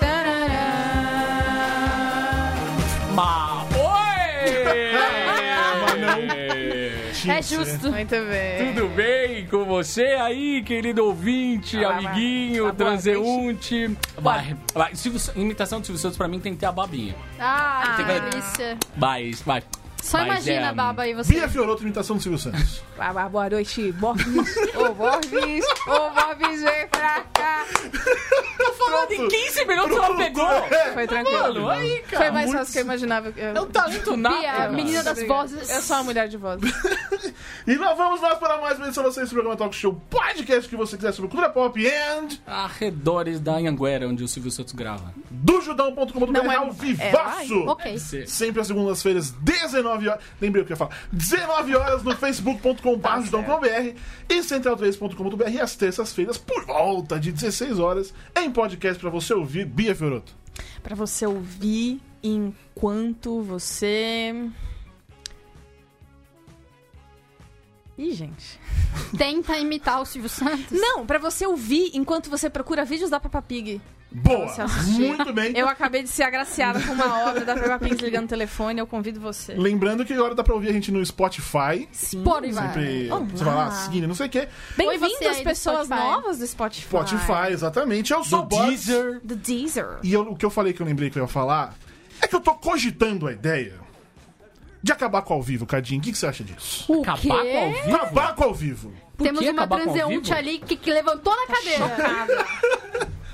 É Mas oi! É justo. Muito bem. Tudo bem com você aí, querido ouvinte, Ah, vai, vai. amiguinho, Tá bom, transeunte? Vai, vai. Silvio Sa- imitação do Silvio Santos pra mim tem que ter a babinha. Ah, que Tem que- delícia. Vai, vai. Só Mas é, imagina a baba aí, você. Bia Fiorotto, imitação do Silvio Santos. Ah, mas boa noite, Borbis. Ô, Borbis. Ô, Borbis, vem pra cá. Falando em 15 minutos ela pegou! É. Foi tranquilo. Mano, aí, cara. Foi mais fácil que eu imaginava. Eu, É um talento nato, Bia, cara. menina das Obrigada. vozes. Eu sou uma mulher de voz. e lá vamos nós para mais uma edição do nosso programa Talk Show Podcast que você quiser sobre cultura pop and Arredores da Anhanguera, onde o Silvio Santos grava. do judão.com.br Não é- ao é, vivaço. Ok. Sempre às segundas-feiras, 19 horas. Lembrei o que eu ia falar. 19 horas no Tá facebook.com.br e central3.com.br às terças-feiras, por volta de 16 horas, em podcast pra você ouvir Bia Fiorotto. Pra você ouvir enquanto você. Ih, gente. Tenta imitar o Silvio Santos. Não, pra você ouvir enquanto você procura vídeos da Peppa Pig. Boa! Você assistir. Muito bem. Eu acabei de ser agraciada com uma obra da Peppa Pig ligando o telefone, eu convido você. Lembrando que agora dá pra ouvir a gente no Spotify. Sim. Spotify. Sempre, você vai lá, seguindo, não sei o Oi, quê. você aí Bem-vindos, do pessoas Spotify. novas do Spotify. Spotify, exatamente. Eu sou o Boris. Deezer. Do Deezer. E eu- o que eu falei que eu lembrei que eu ia falar é que eu tô cogitando a ideia de acabar com o ao vivo, Cadinho. O que, que você acha disso? O Acabar quê? com ao vivo? Acabar com o ao vivo. Por Temos que uma acabar com ao transeunte vivo? ali que, que levantou na cadeira. Chocada.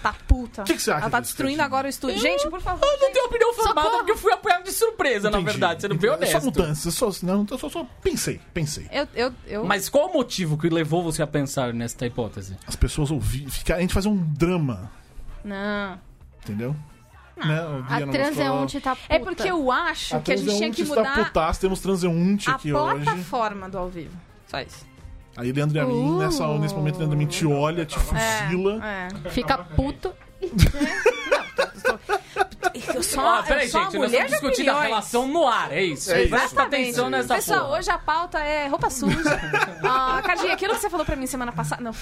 tá puta. O que que você acha Ela tá disso, destruindo Tadinho? agora o estúdio. Gente, por favor. Eu não tenho opinião formada Socorro. porque eu fui apoiado de surpresa, na verdade. Você não veio Entendi. Então, honesto. Só mudança, só, não, eu só, só pensei, pensei. Eu, eu, eu... Mas qual o motivo que levou você a pensar nesta hipótese? As pessoas ouvirem, ficar- a gente fazer um drama, Não. entendeu? Né, Não, o Bia A não transeunte gostou. tá puta. Ah, É porque eu acho A que a gente tinha transeunte que está mudar putaço, temos transeunte a aqui hoje. plataforma do ao vivo. Só isso. Aí Leandro e a mim, Uh. nessa, nesse momento, Leandro e a mim te olha, te fuzila. É. Fica puto. Eu sou, uma- ah, peraí, eu sou uma gente, nós mulher estamos de discutindo a opiniões. relação no ar, é isso. É isso. Presta atenção nessa Pessoal, porra. hoje a pauta é roupa suja. ah, Cadinha, aquilo que você falou pra mim semana passada. Não.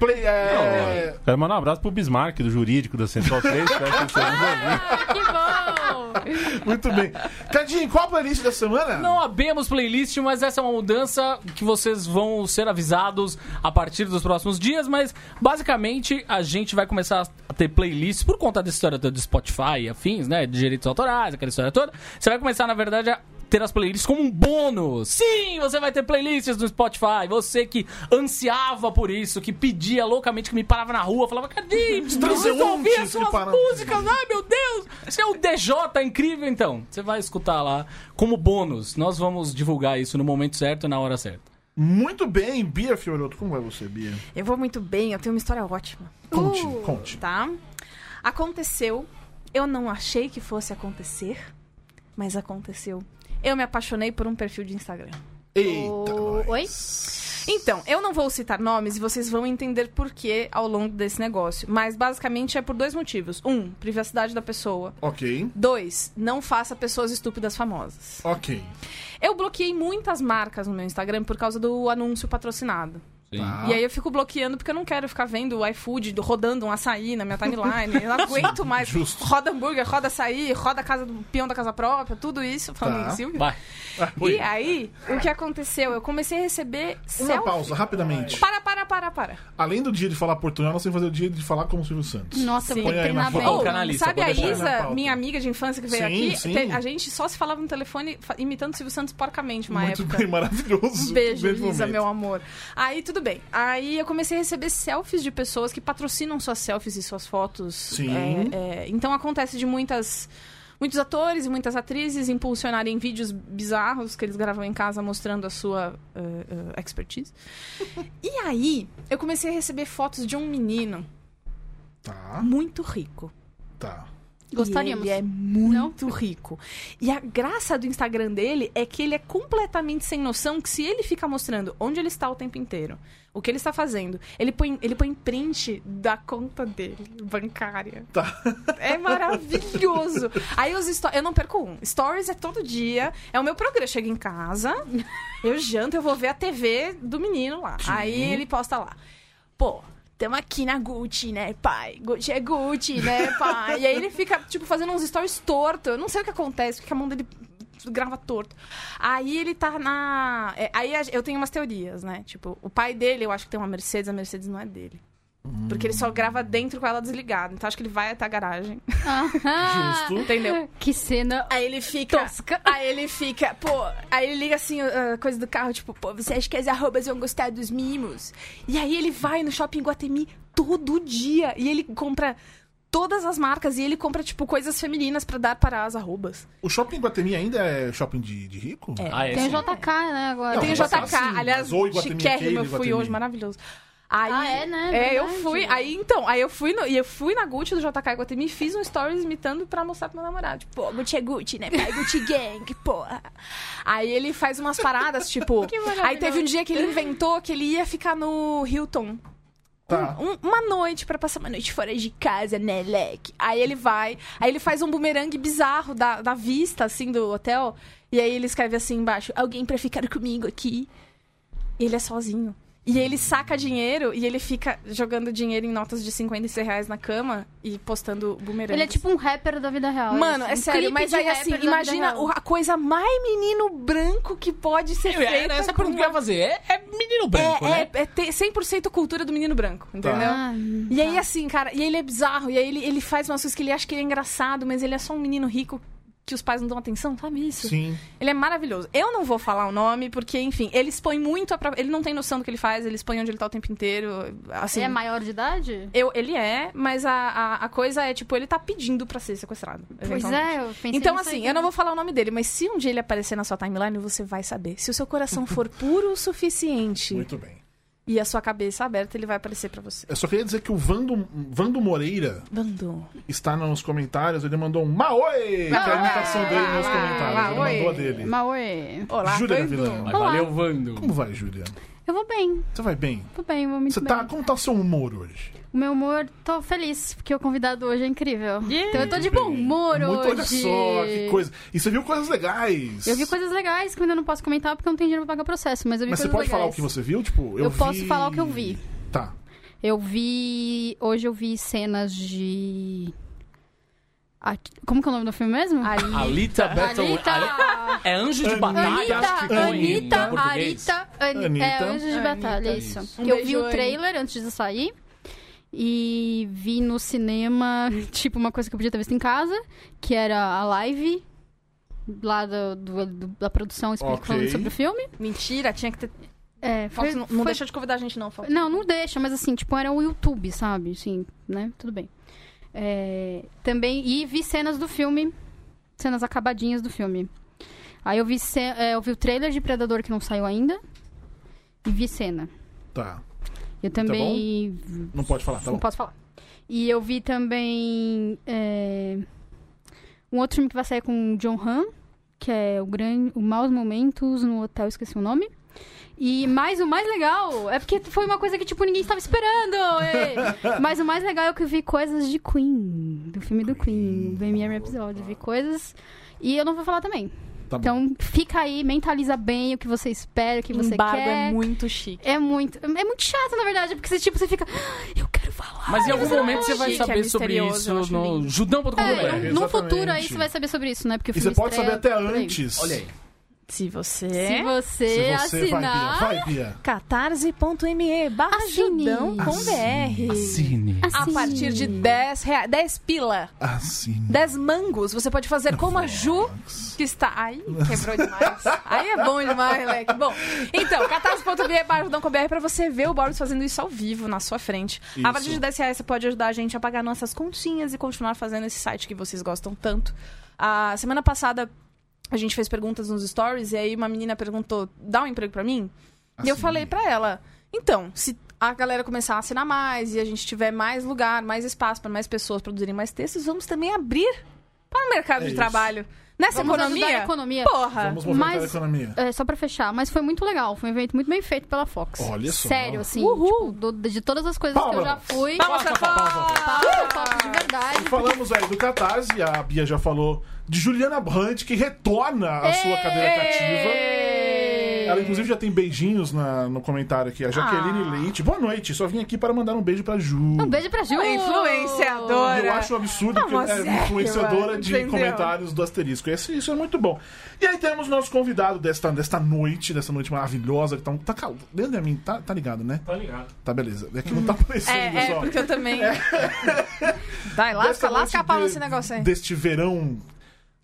Play, é... Quero mandar um abraço pro Bismarck, do jurídico da Central 3. espero que vocês nos ouviram. Ah, que bom! Muito bem. Cadinho, qual a playlist da semana? Não abemos playlist, mas essa é uma mudança que vocês vão ser avisados a partir dos próximos dias. Mas basicamente a gente vai começar a ter playlists por conta da história do do Spotify e afins, né? De direitos autorais, aquela história toda. Você vai começar, na verdade, a ter as playlists como um bônus. Sim, você vai ter playlists no Spotify. Você que ansiava por isso, que pedia loucamente, que me parava na rua, falava, cadê? Preciso ouvir as Transeuntes que suas param- músicas, ai né? meu Deus! Você é o DJ incrível, então. Você vai escutar lá como bônus. Nós vamos divulgar isso no momento certo, na hora certa. Muito bem, Bia Fiorotto. Como vai você, Bia? Eu vou muito bem, eu tenho uma história ótima, Conte, conte. tá? Aconteceu, eu não achei que fosse acontecer, mas aconteceu. Eu me apaixonei por um perfil de Instagram. Eita, O- nós. Oi? Então, eu não vou citar nomes e vocês vão entender por que ao longo desse negócio, mas basicamente é por dois motivos. Um, privacidade da pessoa. Ok, Dois, não faça pessoas estúpidas famosas. ok. Eu bloqueei muitas marcas no meu Instagram por causa do anúncio patrocinado. Sim. Tá. E aí eu fico bloqueando porque eu não quero ficar vendo o iFood do- rodando um açaí na minha timeline. Eu não aguento mais. justo. Roda hambúrguer, roda açaí, roda a casa do peão da casa própria, tudo isso. Falando Tá. em Silvio. Vai. Ah, E oi. aí, o que aconteceu? Eu comecei a receber Uma selfie. pausa, rapidamente. Para, para, para, para. Além do dia de falar portunhol, nós temos que fazer o dia de falar como o Silvio Santos. Nossa, Sim. eu vou ter que Põe aí na treinar bem. foto. Ou, o canalista, sabe a pode deixar. Na Isa, pauta. minha amiga de infância que veio Sim, aqui? sim. Te- a gente só se falava no telefone fa- imitando o Silvio Santos porcamente uma Muito época. bem, maravilhoso. Um beijo, Muito bem Lisa, momento. meu amor. Aí, tudo bem. Aí eu comecei a receber selfies de pessoas que patrocinam suas selfies e suas fotos. Sim. É, é, então acontece de muitas. Muitos atores e muitas atrizes impulsionarem vídeos bizarros que eles gravam em casa mostrando a sua eh, eh, expertise. e aí, eu comecei a receber fotos de um menino Tá, muito rico. tá. Gostaríamos. E ele é muito rico. E a graça do Instagram dele é que ele é completamente sem noção que se ele ficar mostrando onde ele está o tempo inteiro, o que ele está fazendo, ele põe, ele põe print da conta dele, bancária. Tá. É maravilhoso. Aí os stories. Eu não perco um. Stories é todo dia. É o meu programa. Eu chego em casa, eu janto, eu vou ver a TV do menino lá. Aí ele posta lá. Pô, tamo aqui na Gucci, né, pai? Gucci é Gucci, né, pai? e aí ele fica, tipo, fazendo uns stories torto. Eu não sei o que acontece, porque a mão dele grava torto. Aí ele tá na. é, aí a- eu tenho umas teorias, né? Tipo, o pai dele, eu acho que tem uma Mercedes, a Mercedes não é dele. Porque ele só grava dentro com ela desligada. Então acho que ele vai até a garagem. Aham. Justo. Entendeu? Ah, Que cena Aí ele fica. tosca. Aí ele fica, pô, aí ele liga assim, a coisa do carro, tipo, pô, você acha que as arrobas vão gostar dos mimos? E aí ele vai no shopping Guatemi todo dia e ele compra todas as marcas e ele compra, tipo, coisas femininas pra dar para as arrobas. O shopping Guatemi ainda é shopping de, de rico? É. Ah, é, Tem o sim. JK, né, agora. Não, Tem o mas JK, assim, aliás, mas ou Iguatemi chiquérrimo, eu aquele, fui Iguatemi. hoje, maravilhoso. Aí, Ah, é, né? É, eu Verdade. fui. Aí então, aí eu fui no, e eu fui na Gucci do JK Iguatemi e fiz um stories imitando pra mostrar pro meu namorado. Tipo, pô, Gucci é Gucci, né? Pai Gucci Gang, porra. Aí ele faz umas paradas, tipo. Que maravilhoso. aí teve um dia que ele inventou que ele ia ficar no Hilton. Tá. Um- uma noite pra passar uma noite fora de casa, né, leque? Aí ele vai, aí ele faz um bumerangue bizarro da, da vista, assim, do hotel. E aí ele escreve assim embaixo: Alguém pra ficar comigo aqui. E ele é sozinho. E ele saca dinheiro e ele fica jogando dinheiro em notas de 50 e 100 reais na cama e postando bumerangue. Ele é tipo um rapper da vida real. Mano, assim, é um sério, clipe mas de aí rapper assim, da vida imagina real. o- a coisa mais menino branco que pode ser Eu- Era feita. É, né, essa a com pergunta que eu ia fazer. É, é menino branco, é, né? Tá. é, é ter 100% cultura do menino branco, entendeu? Ah, E aí, assim, cara, e ele é bizarro, e aí ele, ele faz umas coisas que ele acha que ele é engraçado, mas ele é só um menino rico que os pais não dão atenção, sabe isso? Sim. Ele é maravilhoso. Eu não vou falar o nome, porque, enfim, ele expõe muito a... pro- Ele não tem noção do que ele faz, ele expõe onde ele tá o tempo inteiro, assim... Ele é maior de idade? eu, ele é, mas a, a, a coisa é, tipo, ele tá pedindo pra ser sequestrado. Pois eventualmente. é, eu pensei Então, nisso assim, aí. eu não vou falar o nome dele, mas se um dia ele aparecer na sua timeline, você vai saber. Se o seu coração for puro o suficiente Muito bem. e a sua cabeça aberta, ele vai aparecer pra você. Eu só queria dizer que o Vando, Vando Moreira Bandom. está nos comentários, ele mandou um Maoi! Que é Ah, a imitação dele nos comentários. Ele Maoi. mandou a dele. ah, Mas oi. Olá, Júlia Bandu. Gavilão. Mas Olá. valeu, Vando. Como vai, Júlia? Eu vou bem, Você vai bem? vou bem, vou muito Você bem. tá, como tá o seu humor hoje? O meu humor, tô feliz, porque o convidado hoje é incrível. Então eu tô de Muito bom bem. humor Muito, hoje. Olha só, que coisa. E você viu coisas legais. Eu vi coisas legais que eu ainda não posso comentar porque eu não tenho dinheiro pra pagar processo, mas eu vi Mas você coisas pode legais. falar o que você viu? Tipo, eu, Eu posso vi- falar o que eu vi. Tá. Eu vi. Hoje eu vi cenas de. Ah, Como que é o nome do filme mesmo? Alita Battle... Ali- Anitta! É anjo de batalha. acho que põe Anitta, em Anitta, português. Anitta, Ani- é, Anitta. Anjos de Batalha, é isso. Um eu beijo, vi o Anny. trailer antes de sair e vi no cinema, tipo, uma coisa que eu podia ter visto em casa, que era a live lá do, do- do- da produção explicando Ok. sobre o filme. Mentira, tinha que ter. É, foi, Fox um- não, não foi- deixa de convidar a gente, não, Fox. não, não deixa, mas assim, tipo, era o YouTube, sabe? Sim, né? Tudo bem. É, também, e vi cenas do filme, cenas acabadinhas do filme. Aí eu vi, ce- é, eu vi o trailer de Predador que não saiu ainda, e vi cena. Tá. Eu também Não pode falar, tá não bom. posso falar. E eu vi também é, um outro filme que vai sair com o John Han, que é o grande, o Maus Momentos no Hotel, esqueci o nome. E mais o mais legal é porque foi uma coisa que tipo ninguém estava esperando. ê. Mas o mais legal é que eu vi coisas de Queen, do filme do Queen, do Premier episódio, vi coisas e eu não vou falar também. Tá bom. Então fica aí, mentaliza bem o que você espera, o que você Embargo quer. é muito chique. É muito, é muito chato, na verdade, porque você, tipo, você fica, "Ah, eu quero falar. Mas em algum eu quero momento você vai Chique, é saber sobre misterioso, eu isso acho no lindo. judão.com.br. falar." É, É, num- num exatamente. futuro aí você vai saber sobre isso, né? Porque o E filme você pode saber estreia até por aí. antes. Olha aí. Se você. Se você, é Se você assinar, vai, Bia. Vai, Bia. catarse.me barra Assine. judão com BR. Assine. A assine. partir de 10 reais. 10 pila. Assim. 10 mangos. Você pode fazer como a Ju. Que está. Aí quebrou demais. Aí é bom demais, Leque. Bom, então, catarse.me barra judão com BR pra você ver o Boris fazendo isso ao vivo na sua frente. A partir Isso. de 10 reais você pode ajudar a gente a pagar nossas continhas e continuar fazendo esse site que vocês gostam tanto. A semana passada a gente fez perguntas nos stories e aí uma menina perguntou: dá um emprego pra mim? E eu Assim. falei pra ela: então, se a galera começar a assinar mais e a gente tiver mais lugar, mais espaço pra mais pessoas produzirem mais textos, vamos também abrir para o mercado É de isso. trabalho. Nessa Vamos ajudar economia. a economia. Porra! Vamos movimentar Mas- a economia. É, só pra fechar, mas foi muito legal. Foi um evento muito bem feito pela Fox. Olha só. Sério, assim. Uhul. tipo, do- de todas as coisas que eu Palmas. já fui. Palmas pra Fox! Palmas, Fox de verdade. E falamos aí do Catarse, a Bia já falou de Juliana Brandt, que retorna à sua cadeira cativa. Ela, inclusive, já tem beijinhos na- no comentário aqui. A Jaqueline Leite. Boa noite. Só vim aqui para mandar um beijo pra Ju. Um beijo pra Ju. É Uma influenciadora. Eu acho um absurdo que Vamos é sério, influenciadora de entendeu? comentários do asterisco. Esse- isso é muito bom. E aí temos nosso convidado desta, desta noite, dessa noite maravilhosa. Que tá, um- tá calor. Dentro de mim, tá, tá ligado, né? Tá ligado. Tá beleza. É que não tá aparecendo, É, é, pessoal. porque eu também. Vai, Desta lasca, lasca a noite pau de- nesse negócio aí. Deste verão.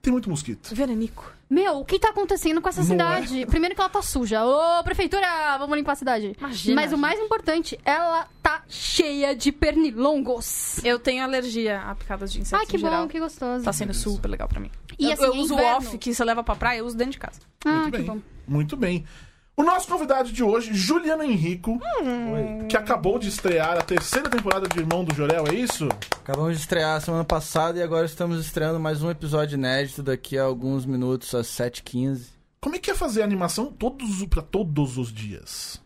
Tem muito mosquito. Veranico. Meu, o que tá acontecendo com essa Não é? cidade? Primeiro que ela tá suja. Ô, prefeitura, vamos limpar a cidade. Imagina, Mas o mais importante, ela tá cheia de pernilongos. Eu tenho alergia a picadas de insetos. Ai, Ah, que em é geral. bom, que gostoso. Tá sendo super legal pra mim. E eu, assim, eu é uso o inverno. off que você leva pra praia, eu uso dentro de casa. Ah, Muito que bem. bom. Muito bem. O nosso convidado de hoje, Juliano Henrico, Hum. que acabou de estrear a terceira temporada de Irmão do Jorel, é isso? Acabamos de estrear semana passada e agora estamos estreando mais um episódio inédito daqui a alguns minutos, às 7h15. Como é que é fazer animação todos para todos os dias?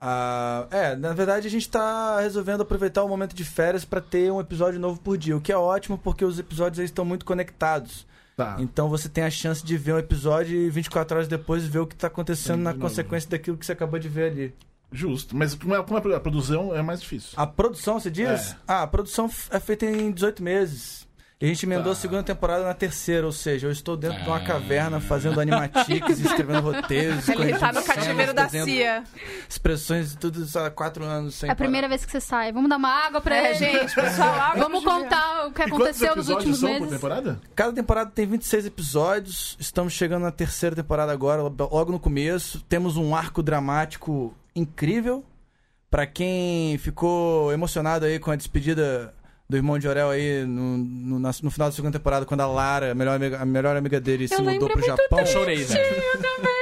Ah, é, na verdade a gente tá resolvendo aproveitar o momento de férias pra ter um episódio novo por dia, o que é ótimo porque os episódios eles estão muito conectados. Tá. Então você tem a chance de ver um episódio e 24 horas depois ver o que tá acontecendo Sim, na de novo. consequência daquilo que você acabou de ver ali. Justo. Mas como é, como é a produção, é mais difícil. A produção, você diz? É. Ah, a produção f- é feita em 18 meses. E a gente emendou a Tá. É. segunda temporada na terceira, ou seja, eu estou dentro de uma caverna fazendo animatics, escrevendo roteiros, Ele tá corrigindo no cativeiro cenas, da desenhando CIA. Expressões e tudo isso há quatro anos sem É a primeira vez que você sai. Vamos dar uma água pra É, ele. gente, pessoal, água Vamos de ver. contar o que E quantos aconteceu nos episódios últimos são por meses. temporada? Cada temporada tem 26 episódios. Estamos chegando na terceira temporada agora, logo no começo. Temos um arco dramático incrível. Pra quem ficou emocionado aí com a despedida do irmão de Orel aí no, no- na- no final da segunda temporada, quando a Lara, a melhor amiga, a melhor amiga dele, se mudou pro Japão. Eu chorei, velho.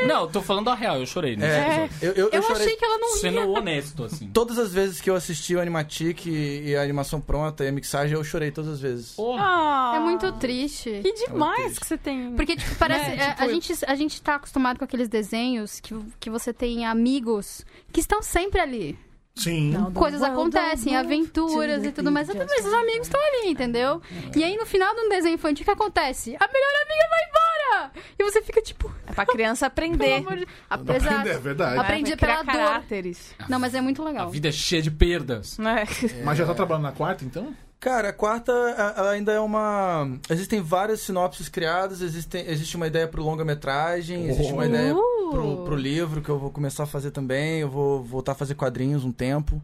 Não, eu tô falando a real, eu chorei. É, Né? eu, eu, eu Eu chorei achei que ela não Sendo ia. honesto, assim. todas as vezes que eu assisti o Animatic e, e a animação pronta e a mixagem, eu chorei todas as vezes. Porra. Ah, É muito triste. Que demais que você tem. Porque, tipo, parece. Né? é, Tipo, a, gente, a gente tá acostumado com aqueles desenhos que, que você tem amigos que estão sempre ali. Sim. Coisas acontecem, aventuras e tudo mais. Até mesmo os amigos estão ali, entendeu? É. E aí, no final de um desenho infantil, o que acontece? A melhor amiga vai embora! E você fica tipo, É pra criança pelo aprender. amor de Não Apesar- aprende, é verdade. Ah, Aprendi É, pra criar pela dor. caráteres. Não, mas é muito legal. A vida é cheia de perdas. É. Né? Mas já tá trabalhando na quarta, então? Cara, a quarta a- ela ainda é uma. Existem várias sinopses criadas, existem, existe uma ideia pro longa-metragem, existe uma ideia pro, pro livro que eu vou começar a fazer também. Eu vou voltar a fazer quadrinhos um tempo.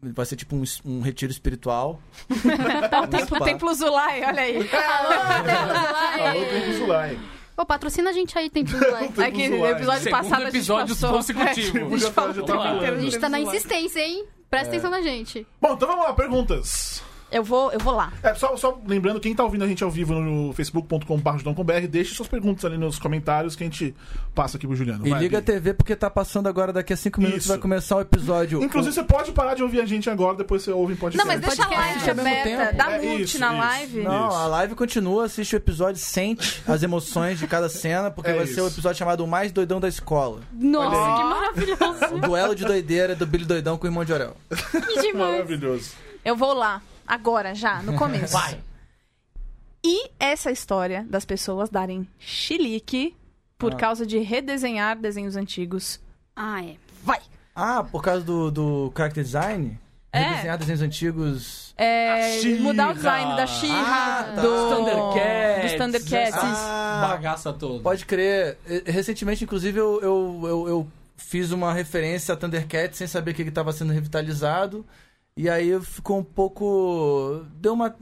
Vai ser tipo um, es- um retiro espiritual. Um Templo, spa. templo Zulai, olha aí. É. Falou Tempo Zulai. Ô, patrocina a gente aí, tem tudo lá. Templo É que no Zulai. episódio Segundo passado episódio a gente passou. consecutivo. É, a gente falou o Vamos lá. tempo inteiro A do gente tá na Templo Zulai. insistência, hein? É. Presta atenção na gente. Bom, então vamos lá, perguntas. Eu vou, eu vou lá. É, só, só lembrando, quem tá ouvindo a gente ao vivo no facebook.com.br, deixe suas perguntas ali nos comentários que a gente passa aqui pro Juliano. E Vai, liga a Bia. TV porque tá passando agora, daqui a cinco minutos Isso. vai começar o episódio. Inclusive, você pode parar de ouvir a gente agora, depois você ouve em podcast. Não, mas deixa a live Ao mesmo aberta. tempo. Dá É mute isso, na isso. live. um. Não, Isso. a live continua, assiste o episódio, sente as emoções de cada cena, porque É vai ser o isso. episódio chamado O Mais Doidão da Escola. Nossa, que O maravilhoso. duelo de doideira do Billy Doidão com o irmão de Orel. Que demais. Maravilhoso. Eu vou lá. Agora, já, no começo. Vai. E essa história das pessoas darem chilique por Ah. causa de redesenhar desenhos antigos. Ah, é. Ah, por causa do, do character design? É. Redesenhar desenhos antigos. É, A She-Ra. mudar o design da Xirra, Ah, tá. do Os Thundercats. dos Thundercats. Ah, Bagaça toda. pode crer. E- Recentemente, inclusive, eu, eu, eu, eu fiz uma referência a Thundercats sem saber que ele estava sendo revitalizado. E aí ficou um pouco. Deu uma.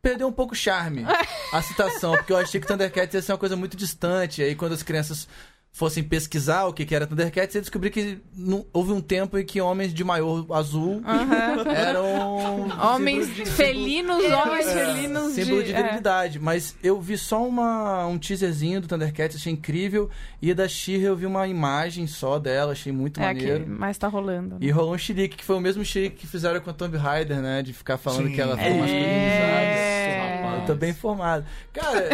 Perdeu um pouco o charme a citação, porque eu achei que Thundercats ia ser uma coisa muito distante. E aí, quando as crianças fossem pesquisar o que que era Thundercats, eu descobri que não- houve um tempo em que homens de maior azul eram. Homens felinos, homens felinos É. Símbolo de, de... é. virilidade. Mas eu vi só uma, um teaserzinho do Thundercats, achei incrível. E da She-Ra eu vi uma imagem só dela, achei muito É, maneiro. aqui, mas tá rolando. E rolou um xerique, que foi o mesmo xerique que fizeram com a Tomb Raider, né? De ficar falando Sim. que ela foi É. masculinizada. Rapaz. Eu tô bem informado. Cara,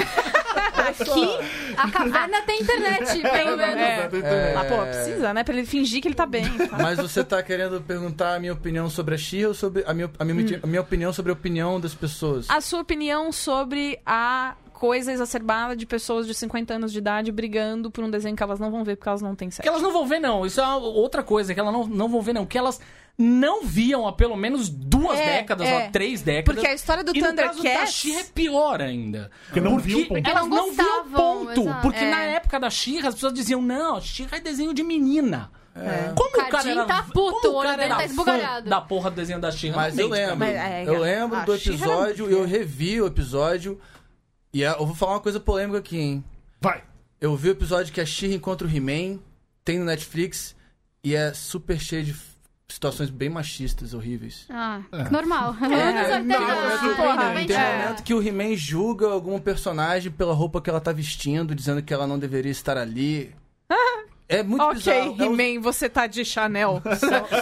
Aqui, a caverna tem internet, pelo menos. É. É. Mas, pô, precisa, né? Pra ele fingir que ele tá bem. tá? mas você tá querendo perguntar a minha opinião sobre a She-Ra ou Hum. sobre a minha, a, minha, a minha opinião sobre a opinião das pessoas? A sua opinião sobre a coisa exacerbada de pessoas de 50 anos de idade brigando por um desenho que elas não vão ver porque elas não têm Que sexo. elas não vão ver, não. Isso é uma outra coisa que elas não, não vão ver, não. Que elas não viam há pelo menos duas É, décadas, é. ou três décadas. Porque a história do e no caso da Thundercats... She é pior ainda. Porque não viu o ponto. Elas Elas não viam o gostavam, ponto. exato. Porque É. na época da Xirra, as pessoas diziam: não, Xirra é desenho de menina. É. Como o cara Cadinho era, tá puto, como o olho dele era tá esbugalhado. fã da porra do desenho da Xirra. Mas eu lembro. Ah, Mas, é, eu a- lembro a do Xirra era episódio, muito eu revi o episódio. E a- eu vou falar uma coisa polêmica aqui, hein? Vai. Eu vi o episódio que a She encontra o He-Man, tem no Netflix, e é super cheio de f- situações bem machistas, horríveis. Ah, É. normal. É, Anos um Tem até momento- né? tem um momento que o He-Man julga algum personagem pela roupa que ela tá vestindo, dizendo que ela não deveria estar ali. É muito Ok, bizarro. É um- He-Man, você tá de Chanel,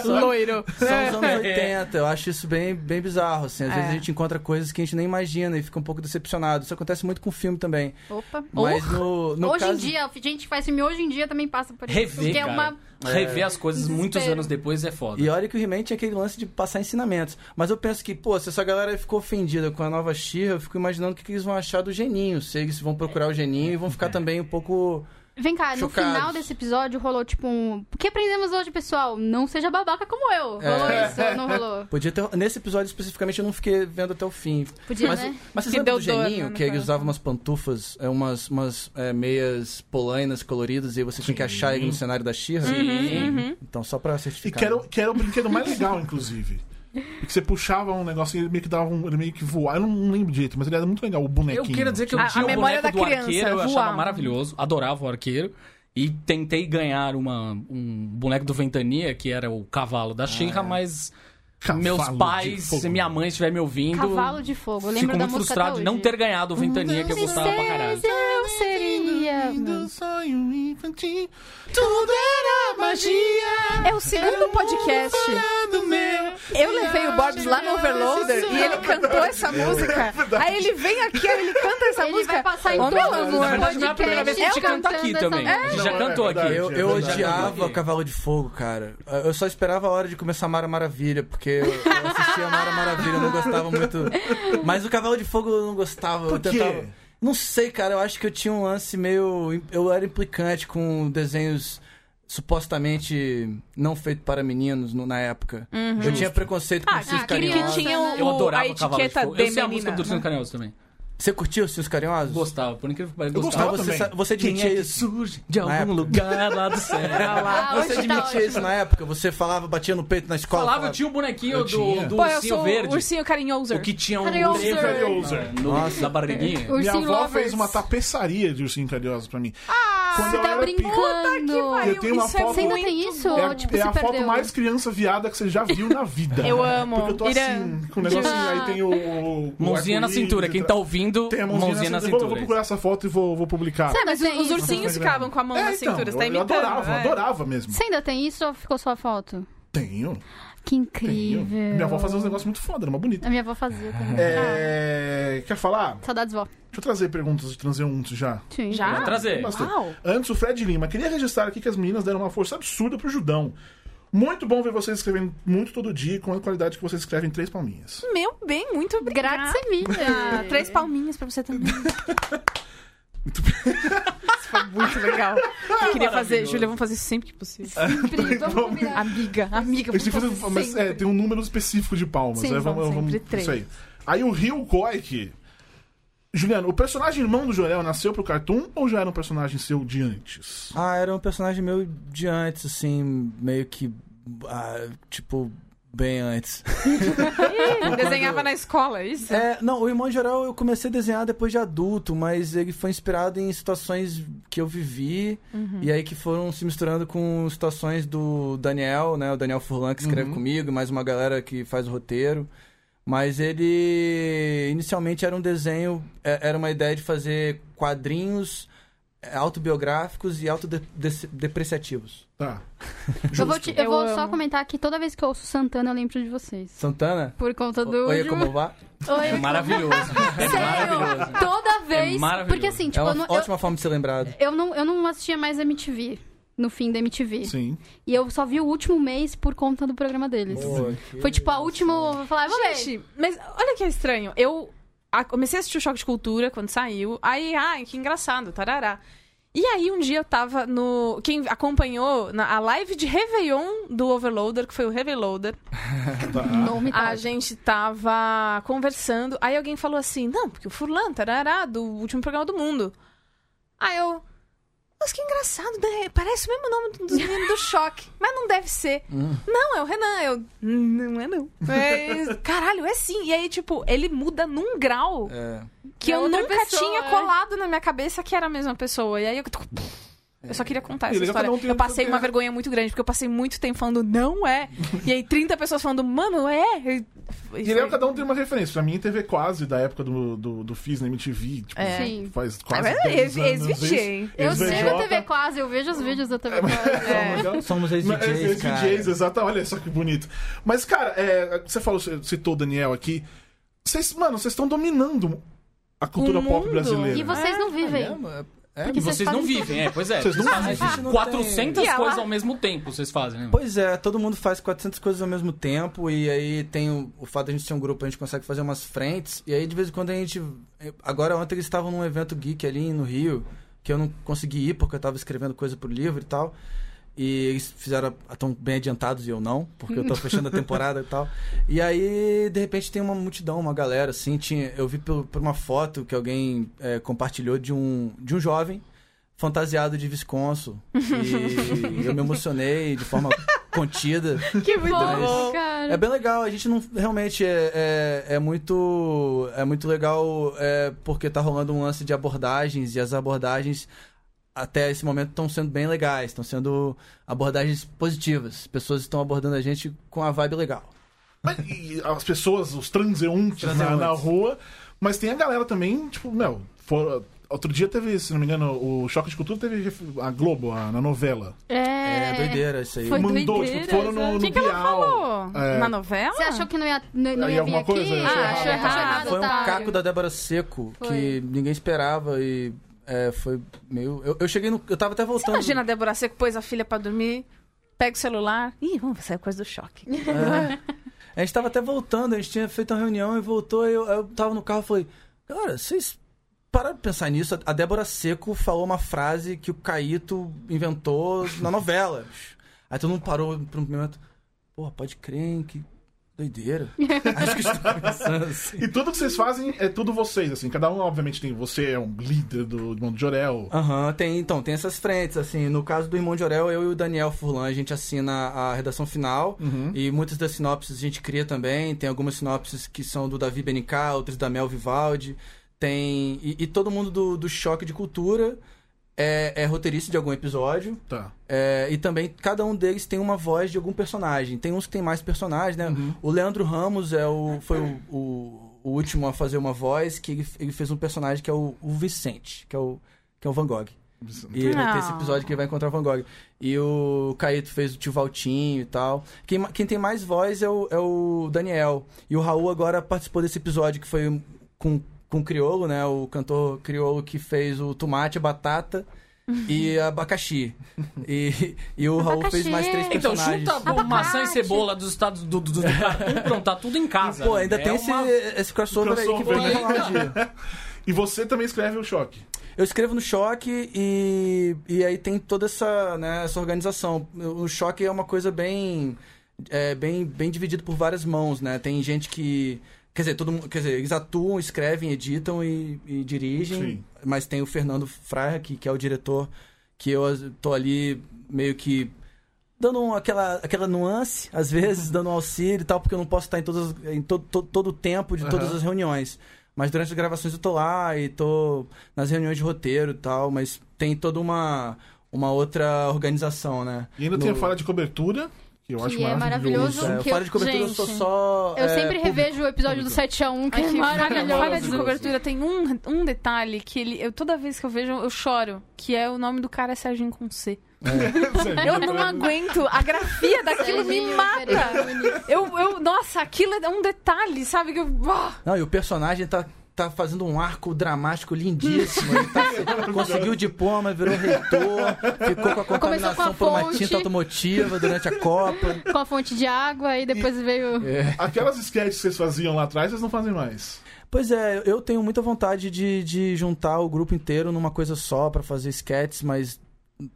loiro. São os anos 80, eu acho isso bem, bem bizarro, assim. Às vezes a gente encontra coisas que a gente nem imagina e fica um pouco decepcionado. Isso acontece muito com filme também. Opa. Mas no, no É. hoje caso... em dia, a gente que faz filme hoje em dia também passa por isso. Rever, porque cara. é uma. Rever as coisas muitos Desespero. anos depois é foda. E olha que o He-Man tinha aquele lance de passar ensinamentos. Mas eu penso que, pô, se essa galera ficou ofendida com a nova Xirra, eu fico imaginando o que, que eles vão achar do geninho. Se eles vão procurar o geninho e vão É. ficar também um pouco. Vem cá, Chocados. no final desse episódio rolou tipo um. O que aprendemos hoje, pessoal? Não seja babaca como eu. Rolou É. isso, ou não rolou? Podia ter. Nesse episódio especificamente eu não fiquei vendo até o fim. Podia, mas, né? mas vocês Que lembram do deu dor, geninho, né, que ele cara? usava umas pantufas, é, umas, umas é, meias polainas coloridas e você tinha que achar ele no cenário da Xirra? Uhum, Então, só pra E certificar. que era, o- que era o brinquedo mais legal, inclusive. E que você puxava um negócio e ele meio que dava um. Ele meio que voava. Eu não lembro direito, mas ele era muito legal, o bonequinho. Eu queria dizer que eu A- a tinha o memória boneco do da criança, arqueiro, eu achava voar. maravilhoso, adorava o arqueiro. E tentei ganhar uma, um boneco do Ventania, que era o cavalo da Xirra, mas Cavalo meus de pais, fogo. se minha mãe estiver me ouvindo, Cavalo de fogo. Eu fico lembro da muito música frustrado de não ter ganhado o Ventania, que eu gostava pra caralho. Princesa, eu seria. Do sonho infantil, tudo era magia. É o segundo podcast. Do meu. Eu levei o Borbs lá no Overloader e ele cantou essa é música. Aí ele vem aqui, aí ele canta essa Ele música. vai passar em Ô, todos meu os Na amor. verdade, não é a primeira vez que a gente Eu canta cantando aqui essa também. A gente música. já Não, é cantou aqui. verdade, Eu, é eu verdade. odiava Cavalo de Fogo, cara. Eu só esperava a hora de começar Mara Maravilha, porque eu eu assistia Mara Maravilha, eu não gostava muito. Mas o Cavalo de Fogo eu não gostava. eu Por quê? tentava. Não sei, cara, eu acho que eu tinha um lance meio. Eu era implicante com desenhos supostamente não feitos para meninos no- na época. Eu tinha preconceito com Ah, os Cis Uhum. ah, queria Carinhosos. que tinha o, Eu adorava a o Cavalo de etiqueta Fogo. de Eu sei a música menina. do Ursinho Carinhoso também. Você curtiu os Cis Carinhosos? Gostava, por incrível que pareça, Eu Ah, gostava. gostava. você, também. sa- você Quem admitia é que isso? surge de Na algum época. lugar lá do céu? Ah, Você hoje tá admitia ótimo. isso na época? Você falava, batia no peito na escola? Falava, eu tinha o bonequinho Eu do, tinha. do Pô, eu ursinho sou verde. o ursinho carinhoso. O que tinha um Carinhoso. ursinho Carinhoso. no- Nossa. na barriguinha. Minha Ursinho avó fez Lovers. uma tapeçaria de ursinho carinhoso pra mim. Quando Você eu tá era pequeno. brincando. Eu tenho uma Isso é foto. Você ainda tem isso? É, a- Ou, tipo, é se a perdeu? foto mais criança viada que você já viu na vida. Eu amo. Porque eu tô Irã. assim, com o negocinho, aí tem o. o- o Mãozinha na arco-íris cintura. e Quem tá tal. ouvindo, Tem a mãozinha, na cintura. Eu vou- é Eu vou procurar essa foto e vou, vou publicar. Você ainda Mas tem os isso? ursinhos ficavam com a mão É, na então, cintura, você eu, tá eu imitando. adorava, é. adorava mesmo. Você ainda tem isso ou ficou só a foto? Tenho, Que tenho. incrível. Minha avó fazia uns negócios muito foda, era uma bonita. A minha avó fazia Ah. também. É, Quer falar? Ah, saudades, vó. Deixa eu trazer perguntas de transeuntes já. Sim. Já? Vou trazer. Mas tem. Uau. Antes, o Fred Lima. Queria registrar aqui que as meninas deram uma força absurda pro Judão. Muito bom ver vocês escrevendo muito todo dia e com a qualidade que vocês escrevem três palminhas. Meu bem, muito obrigada. Grátis e vida. Ah, Três palminhas pra você também. Muito foi muito legal. É, Eu queria fazer, Maravilhoso. Júlia, vamos fazer sempre que possível. Então, Vamos combinar. Amiga, amiga, A gente tem que fazer, vamos mas, é, tem um número específico de palmas. Sim, né? vamos sempre três. Isso aí. Aí o Rio Koik. Juliano, o personagem irmão do Jorel nasceu pro cartoon ou já era um personagem seu de antes? Ah, era um personagem meu de antes, assim, meio que. ah, tipo, bem antes. Ih, Desenhava na escola, é isso? É, não, o Irmão Geral eu comecei a desenhar depois de adulto, mas ele foi inspirado em situações que eu vivi e aí que foram se misturando com situações do Daniel, né? O Daniel Furlan que escreve comigo, e mais uma galera que faz o roteiro. Mas ele inicialmente era um desenho, é- era uma ideia de fazer quadrinhos é, autobiográficos e autodepreciativos. Tá. Eu vou, te- eu Eu vou só amo. comentar que toda vez que eu ouço Santana, eu lembro de vocês. Santana? Por conta do. Oi, Ju- como vai? É Oi. maravilhoso. É maravilhoso. Sério, toda vez. maravilhoso. porque assim, tipo, eu, é uma não, eu, ótima forma de ser lembrado. eu não, eu não assistia mais MTV. No fim da MTV. Sim. E eu só vi o último mês por conta do programa deles. Pô, Foi tipo a última. Eu vou falar, eu vou ver. Gente, mas olha que é estranho. Eu a- comecei a assistir o Choque de Cultura quando saiu. Aí, ai, que engraçado, tarará. E aí, um dia eu tava no. Quem acompanhou na, a live de Réveillon do Overloader, que foi o Reveloader, Nome a tá. gente tava conversando. Aí alguém falou assim: Não, porque o Furlan, tarará, do último programa do mundo. Aí eu. Mas que engraçado, né? Parece o mesmo nome dos meninos do choque. Mas não deve ser. Não, é o Renan. Eu. Não é, não. É, caralho, é sim. E aí, tipo, ele muda num grau É. que É eu outra nunca pessoa, tinha é. colado na minha cabeça que era a mesma pessoa. E aí eu. Eu só queria contar E essa legal, história. cada um tem eu um passei uma poder. vergonha muito grande, porque eu passei muito tempo falando não é. E aí 30 pessoas falando, mano, é. E foi- E legal, cada um tem uma referência. Pra mim, teve quase da época do, do, do Fizz na MTV. Tipo, É. Sim. faz Ah, quase. mas ex- 10 anos existe, isso. hein? Eu SVJ. sei da TV Quase, eu vejo os vídeos da TV Quase. Então, legal. Mas, Somos é, ex-DJs, esses cara. DJs, exato. Olha só que bonito. Mas, cara, é, você falou, você citou o Daniel aqui. Vocês, mano, vocês estão dominando a cultura O pop mundo. brasileira. E vocês não vivem. É, E vocês não fazem vivem, é, pois é. Vocês não fazem fazem. A gente não 400 tem- E coisas ela- ao mesmo tempo, vocês fazem, né? Pois é, todo mundo faz 400 coisas ao mesmo tempo e aí tem o, o fato de a gente ser um grupo, a gente consegue fazer umas frentes e aí de vez em quando a gente... eu- Agora ontem eles estavam num evento geek ali no Rio que eu não consegui ir porque eu tava escrevendo coisa pro livro e tal e eles fizeram... estão bem adiantados e eu não, porque eu tô fechando a temporada e tal. E aí, de repente, tem uma multidão, uma galera, assim, tinha... Eu vi por, por uma foto que alguém eh, compartilhou de um, de um jovem fantasiado de Visconso. E eu me emocionei de forma contida. Que muito Mas- bom. Cara. É bem legal, a gente não. Realmente é, é, é muito. É muito legal é, porque tá rolando um lance de abordagens e as abordagens. Até esse momento estão sendo bem legais, estão sendo abordagens positivas. Pessoas estão abordando a gente com a vibe legal. Mas, e as pessoas, os transeuntes, na- Na, Transeuntes. rua. Mas tem a galera também, tipo, meu, fora- outro dia teve, se não me engano, o Choque de Cultura teve ref- a Globo, a- na novela. É, É. doideira isso aí. Foi Mandou, doideira, tipo, foram no, exato. no Quem que ela Bial. falou? É. Na novela? Você achou que não ia, não, não Aí ia vir alguma aqui? coisa, eu achei ah, achou errado. errado. tá. Foi um otário. caco da Débora Seco Foi. que ninguém esperava e é, foi meio. Eu, eu cheguei no. Eu tava até voltando. Imagina a Débora Seco pôs a filha pra dormir, pega o celular. Ih, vamos sair coisa do choque. É. A gente tava até voltando, a gente tinha feito uma reunião e voltou. Eu, eu tava no carro e falei, cara, vocês pararam de pensar nisso? A Débora Seco falou uma frase que o Caíto inventou na novela. Aí todo mundo parou por um momento. Porra, pode crer, hein? Que doideira. Acho que eu estou pensando assim. E tudo que vocês fazem é tudo vocês, assim. Cada um, obviamente, tem. Você é um líder do do mundo de Orel. Aham, tem, então, tem essas frentes, assim, no caso do Irmão de Orel, eu e o Daniel Furlan, a gente assina a redação final, Uhum. e muitas das sinopses a gente cria também, tem algumas sinopses que são do Davi Benicar, outras da Mel Vivaldi, tem... e, e todo mundo do, do Choque de Cultura é, é roteirista de algum episódio, Tá. é, e também cada um deles tem uma voz de algum personagem. Tem uns que tem mais personagens, né? O Leandro Ramos é o, foi o, o- o último a fazer uma voz, que ele, ele fez um personagem que é o, o Vicente, que é o, que é o Van Gogh. E ele Ah. tem esse episódio que ele vai encontrar o Van Gogh. E o Caíto fez o tio Valtinho e tal. Quem, ma- quem tem mais voz é o, é o Daniel. E o Raul agora participou desse episódio que foi com, com o Criolo, né? O cantor Criolo que fez o Tomate, a Batata e Abacaxi. E, e o Raul fez mais três é, Abacaxi. Então, personagens. junta pô, maçã e cebola dos estados do, do, do, do Cartoon, pronto, tá tudo em casa. Pô, ainda É tem esse, uma- né? Então, esse crossover, aí que Crossover. vai rolar um dia. E você também escreve o choque. Eu escrevo no Choque e, e aí tem toda essa, né, essa organização. O Choque é uma coisa bem, é, bem, bem dividido por várias mãos, né? Tem gente que... Quer dizer, todo, mundo- quer dizer, eles atuam, escrevem, editam e, e dirigem. Sim. Mas tem o Fernando Fraga, que, que é o diretor, que eu tô ali meio que dando um- aquela, aquela nuance, às vezes, dando um auxílio e tal, porque eu não posso estar em, todas, as- em to, to- todo o tempo de todas as reuniões. Mas durante as gravações eu tô lá e tô nas reuniões de roteiro e tal, mas tem toda uma, uma outra organização, né? E ainda No- tem a fala de cobertura, que eu acho Que é maravilhoso. maravilhoso. É, que fora eu- de cobertura eu sou gente, só. Eu é, sempre público. revejo o episódio do 7x1, que Ai, é que falha, falha de maravilhoso. cobertura. Tem um, um detalhe que ele, eu, toda vez que eu vejo, eu choro. Que é o nome do cara é Serginho com C. É, Eu não aguento. A grafia daquilo me É. Serginho mata. Ferrari. Eu, eu, nossa, aquilo é um detalhe, sabe? Que eu. Ah! Não, e o personagem tá, tá fazendo um arco dramático lindíssimo. Ele tá- conseguiu o diploma, virou reitor, ficou com a Começou com a contaminação por uma fonte. tinta automotiva durante a Copa. Com a fonte de água, e depois veio... Aquelas sketches que vocês faziam lá atrás, vocês não fazem mais. Pois é, eu tenho muita vontade de, de juntar o grupo inteiro numa coisa só pra fazer sketches, mas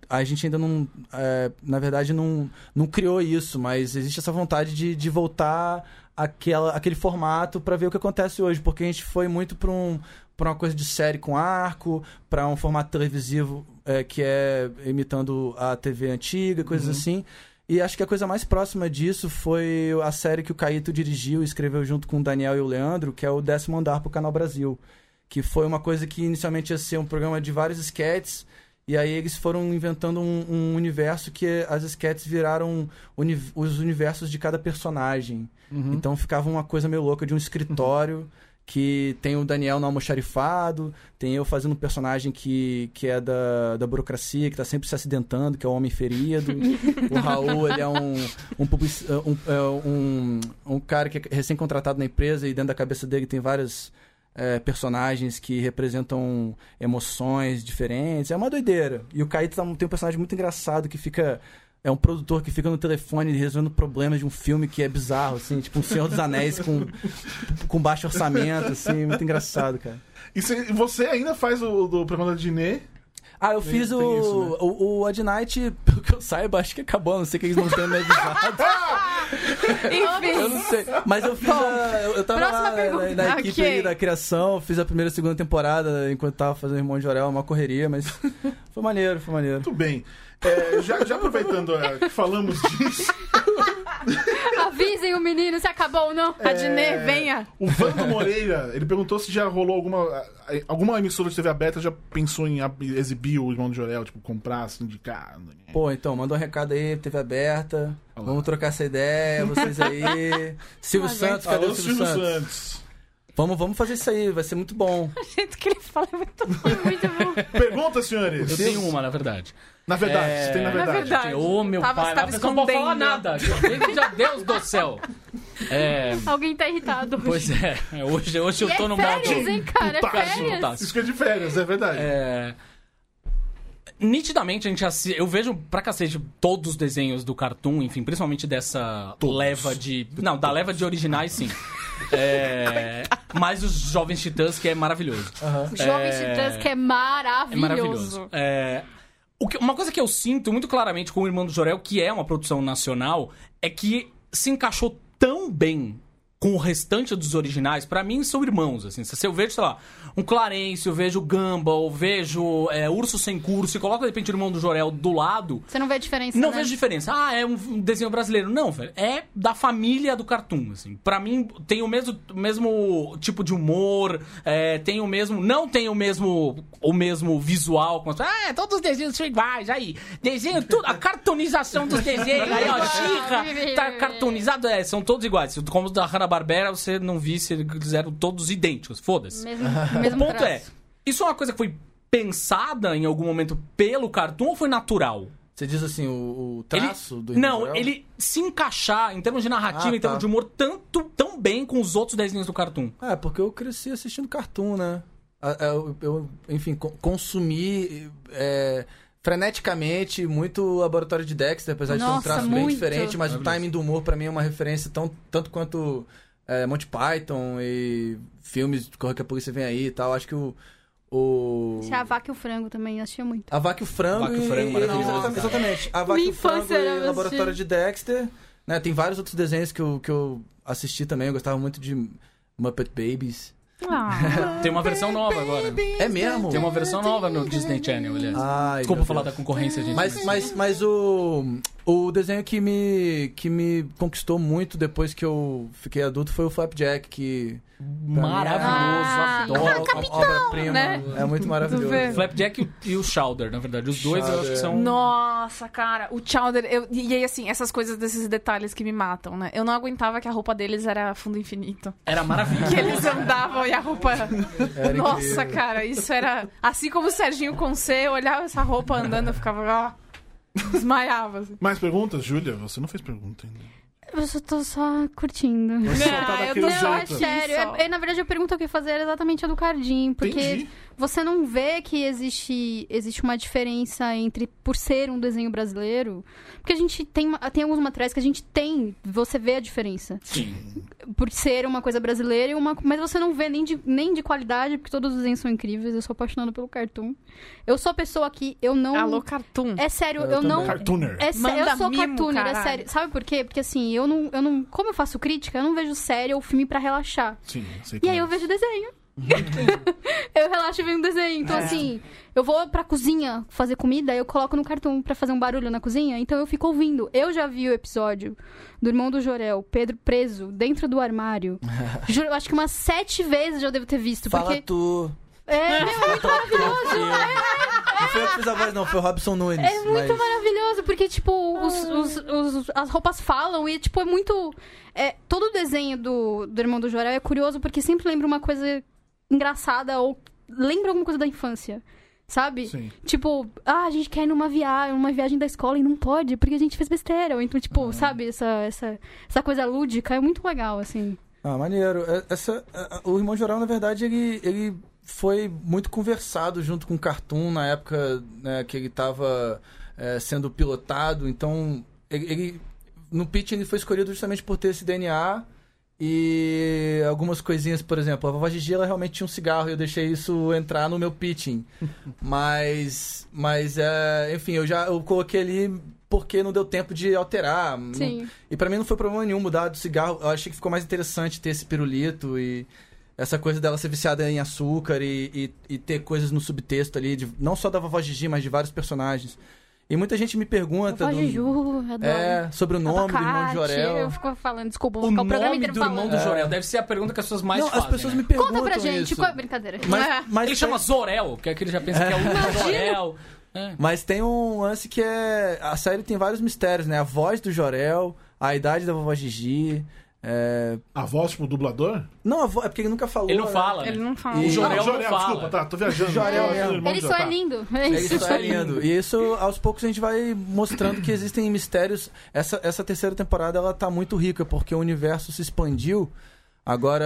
a gente ainda não. é, na verdade, não, não criou isso, mas existe essa vontade de, de voltar àquela, àquele formato pra ver o que acontece hoje, porque a gente foi muito pra um. Pra uma coisa de série com arco, pra um formato televisivo é, que é imitando a TV antiga, coisas assim. E acho que a coisa mais próxima disso foi a série que o Caíto dirigiu e escreveu junto com o Daniel e o Leandro, que é o Décimo Andar pro Canal Brasil. Que foi uma coisa que inicialmente ia ser um programa de vários sketches, e aí eles foram inventando um, um universo que as sketches viraram uni- os universos de cada personagem. Então ficava uma coisa meio louca de um escritório que tem o Daniel no almoxarifado, tem eu fazendo um personagem que, que é da, da burocracia, que tá sempre se acidentando, que é o homem ferido. o Raul, ele é um, um, publici- um, é um, um cara que é recém-contratado na empresa e dentro da cabeça dele tem várias é, personagens que representam emoções diferentes. É uma doideira. E o Caíto tá- tem um personagem muito engraçado que fica... É um produtor que fica no telefone resolvendo problemas de um filme que é bizarro, assim. Tipo um Senhor dos Anéis com com baixo orçamento, assim, muito engraçado, cara. E cê- você ainda faz o do programa da Diné? Ah, eu fiz tem o, isso, né? o. O Odd Night, pelo que eu saiba, acho que acabou, a não sei que eles não tenham me avisado. eu não sei. Mas eu fiz a. Eu, eu tava próxima lá né, pergunta. na, na equipe Ok. aí da criação, fiz a primeira e segunda temporada enquanto tava fazendo Irmão de Orel, uma correria, mas foi maneiro, foi maneiro. Muito bem. É, já, já aproveitando é, que falamos disso, Avisem o menino se acabou ou não. Adnet, venha. é, o Vando Moreira, ele perguntou se já rolou alguma. Alguma emissora de TV aberta já pensou em ab- exibir o Irmão de Jorel, tipo, comprar, sindicar. Pô, então, manda um recado aí, TV aberta. Vamos trocar essa ideia, vocês aí. Silvio Santos, cadê Alô, o Silvio, Santos? Santos. Vamos, vamos fazer isso aí, vai ser muito bom. O jeito que ele fala é muito Muito bom. Pergunta, senhores. Eu tenho uma, na verdade. Na verdade, É, você tem na na verdade. verdade. Ô, meu Tava- pai, tava a pessoa não pode falar escondendo. nada. Gente, já Deus do céu. É, Alguém tá irritado. hoje. pois é, hoje, hoje E eu tô é no modo... férias, hein, cara? É putaço, férias. putaço. Isso que é de férias, é verdade. É, Nitidamente, a gente assi... eu vejo pra cacete todos os desenhos do Cartoon, enfim, principalmente dessa leva de. Não, da leva de originais, sim. É... Mas os Jovens Titãs, que é maravilhoso. Jovem Titãs, que é maravilhoso. É maravilhoso. É, o que- uma coisa que eu sinto muito claramente com o Irmão do Jorel, que é uma produção nacional, é que se encaixou tão bem com o restante dos originais, pra mim são irmãos, assim. Se eu vejo, sei lá, um Clarence, eu vejo Gumball, eu vejo é, Urso Sem Curso, e coloca, de repente, o Irmão do Jorel do lado, Você não vê a diferença, não né? vejo diferença. Ah, é um um desenho brasileiro. Não, velho. É da família do cartoon, assim. Pra mim, tem o mesmo, mesmo tipo de humor, é, tem o mesmo... Não tem o mesmo, o mesmo visual. como- Ah, todos os desenhos são iguais. Aí, desenho tudo... A cartunização dos desenhos. Aí, ó, Xirra, tá cartunizado. É, são todos iguais. Como os da Hanna-Barbera, você não visse, eles eram todos idênticos. Foda-se Mesmo, mesmo o ponto é, traço. isso é uma coisa que foi pensada em algum momento pelo cartoon ou foi natural? Você diz assim, o, o traço ele, do Irmão de Não, Orel? ele se encaixar em termos de narrativa, Ah, em termos tá. de humor, tanto, tão bem com os outros desenhos do cartoon. Ah, porque eu cresci assistindo cartoon, né? Ah, ah, Eu, eu, enfim, co- consumi é, freneticamente muito o Laboratório de Dexter, apesar de ter um Nossa, traço bem muito. diferente, mas o timing do humor pra mim é uma referência tão, tanto quanto é, Monty Python e filmes de Corre que a Polícia Vem Aí e tal. Acho que o... o... Tinha a vaca e o frango também, eu assistia muito. A Vaca e o Frango. A Vaca e o e- Frango, e- maravilhoso, exatamente, cara. exatamente. A Vaca Minha e o Frango infância era e o Laboratório assim. de Dexter. Né? Tem vários outros desenhos que eu, que eu assisti também. Eu gostava muito de Muppet Babies. Tem uma versão nova agora. É mesmo? Tem uma versão nova no Disney Channel, aliás. Ai, Desculpa meu falar da Deus. concorrência, gente. Mas, mas, mas o, o desenho que me, que me conquistou muito depois que eu fiquei adulto foi o Flapjack, que... Maravilhoso, Adoro, adoro. Ah, capitão, obra-prima. né? É muito maravilhoso. vendo? Flapjack e- e o Chowder, na verdade. Os dois eu acho que são. Nossa, cara, o Chowder. eu- e aí, assim, essas coisas desses detalhes que me matam, né? Eu não aguentava que a roupa deles era fundo infinito. Era Que maravilhoso. eles andavam e a roupa. Era Nossa, incrível. cara, isso era. Assim como o Serginho Conce, eu olhava essa roupa andando, eu ficava. Ó, desmaiava. Assim. Mais perguntas, Júlia? Você não fez pergunta ainda. Eu só tô só curtindo. Você só tá eu daquele tô Não, jeito. é sério. Só. É, é, na verdade, eu pergunto o que fazer exatamente a do Cardim, porque Entendi. você não vê que existe, existe uma diferença entre, por ser um desenho brasileiro, porque a gente tem, uma- tem alguns materiais que a gente tem, você vê a diferença. Sim. Por ser uma coisa brasileira, e uma, mas você não vê nem de, nem de qualidade, porque todos os desenhos são incríveis, eu sou apaixonada pelo cartoon. Eu sou a pessoa que, eu não... um Alô, Cartoon. É sério, Eu eu, não... também. Cartooner. É sé- Manda eu sou mimo, cartooner, é caralho. sério. Sabe por quê? Porque assim, eu não, eu não. Como eu faço crítica, eu não vejo série ou filme pra relaxar. Sim, sei E como aí eu é. vejo desenho. eu relaxo e vejo um desenho. Então, É. assim, eu vou pra cozinha fazer comida, eu coloco no cartoon pra fazer um barulho na cozinha, então eu fico ouvindo. Eu já vi o episódio do irmão do Jorel, Pedro preso, dentro do armário. Juro, eu acho que umas sete vezes eu devo ter visto. Fala porque. tu. É, meu, é muito maravilhoso. né? Não foi eu que fiz a voz, não, foi o Robson Nunes. É muito mas... maravilhoso, porque, tipo, os- os- os- as roupas falam e, tipo, é muito. É, todo o desenho do, do Irmão do Jorel é curioso porque sempre lembra uma coisa engraçada ou lembra alguma coisa da infância. Sabe? Sim. Tipo, ah, a gente quer ir numa viagem, uma viagem da escola e não pode, porque a gente fez besteira. Ou Então, tipo, Ah. sabe, essa, essa, essa coisa lúdica é muito legal, assim. Ah, maneiro. É- Essa, é- o Irmão Jorel, na verdade, ele, ele foi muito conversado junto com o Cartoon na época né, que ele estava sendo pilotado. Então, ele, ele- no pitch ele foi escolhido justamente por ter esse DNA e algumas coisinhas, por exemplo, a vovó Gigi ela realmente tinha um cigarro e eu deixei isso entrar no meu pitching. mas, mas é, enfim, eu já eu coloquei ali porque não deu tempo de alterar. não- Sim. e pra mim não foi problema nenhum mudar do cigarro. Eu achei que ficou mais interessante ter esse pirulito e essa coisa dela ser viciada em açúcar e, e- e ter coisas no subtexto ali, de- não só da vovó Gigi, mas de vários personagens. E muita gente me pergunta Vovó do- Juju, eu adoro. é, sobre o nome do irmão de Abacate, Jorel. É. Eu fico falando, desculpa, vou O ficar o programa nome inteiro do falando. irmão do Jorel deve ser a pergunta que as pessoas mais não, fazem. as pessoas né? me perguntam Conta pra gente, isso. qual é a brincadeira? Mas, mas Ele chama Zorel, que é aquele já pensa que é o Zorel. É. Mas tem um lance que é. A série tem vários mistérios, né? A voz do Jorel, a idade da vovó Gigi. é, A voz pro dublador? Não, a vo... é porque ele nunca falou. Ele não né? É, fala. Ele né? não fala. E- O Jorel Ah, não Jorel, fala. desculpa, tá, tô viajando. Jorel Eu- eu- mesmo. irmão Ele do só é Jorel, tá. lindo. É É isso. isso, é lindo. E isso, aos poucos, a gente vai mostrando que existem mistérios. Essa, essa terceira temporada, ela tá muito rica, porque o universo se expandiu. Agora,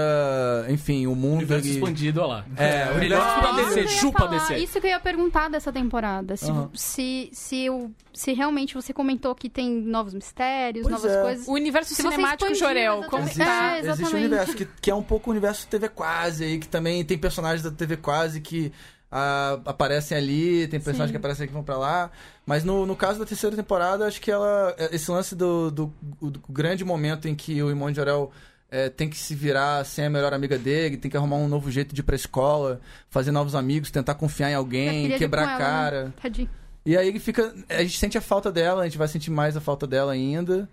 enfim, o mundo... Universo ele- expandido, olha lá. É, o universo Melhor pra Isso que eu descer, ia chupa falar, descer. Isso que eu ia perguntar dessa temporada. Se, Aham. se, se, eu- se realmente você comentou que tem novos mistérios, Pois novas é. coisas. O universo Se você cinemático expandir, Jorel. Como tá? exatamente. está? É, existe exatamente. um universo que, que é um pouco o universo TV Quase aí, que também tem personagens da TV Quase que ah, aparecem ali, tem personagens que aparecem aqui que vão pra lá. Mas no, no caso da terceira temporada, acho que ela. eh, Esse lance do, do, do grande momento em que o irmão de Jorel. eh, tem que se virar sem a melhor amiga dele, tem que arrumar um novo jeito de ir pra escola, fazer novos amigos, tentar confiar em Eu alguém, queria ver quebrar com a ela, cara. né? Tadinho. E aí ele fica. A gente sente a falta dela, a gente vai sentir mais a falta dela ainda.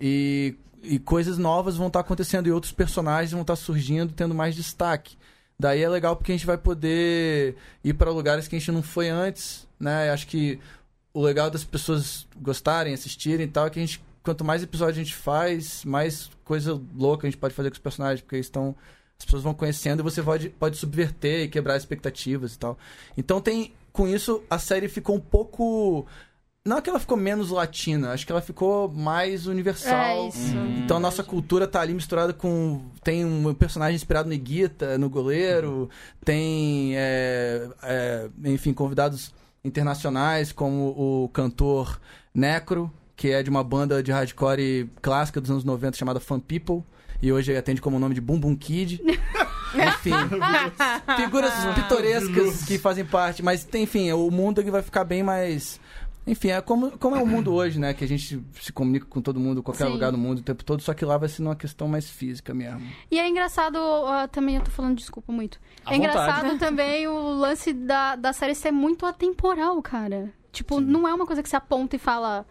E, e coisas novas vão estar acontecendo e outros personagens vão estar surgindo, tendo mais destaque. Daí é legal porque a gente vai poder ir para lugares que a gente não foi antes, né? Eu Acho que o legal das pessoas gostarem, assistirem e tal é que a gente, quanto mais episódio a gente faz, mais coisa louca a gente pode fazer com os personagens, porque eles estão. As pessoas vão conhecendo e você pode, pode subverter e quebrar expectativas e tal. Então tem. Com isso, a série ficou um pouco. Não é que ela ficou menos latina, acho que ela ficou mais universal. É isso. Então a nossa cultura tá ali misturada com. Tem um personagem inspirado no Iguita, no goleiro, tem. é, é, enfim, convidados internacionais, como o cantor Necro, que é de uma banda de hardcore clássica dos anos 90 chamada Fan People. E hoje ele atende como o nome de Boom Boom Kid. Enfim, figuras pitorescas que fazem parte. Mas, tem, enfim, é o mundo ele vai ficar bem mais... Enfim, é como, como é o mundo hoje, né? Que a gente se comunica com todo mundo, qualquer Sim. lugar do mundo, o tempo todo. Só que lá vai ser uma questão mais física mesmo. E é engraçado, ah, também eu tô falando desculpa muito. À vontade. é engraçado também o lance da, da série ser muito atemporal, cara. Tipo, não é uma coisa que você aponta e fala.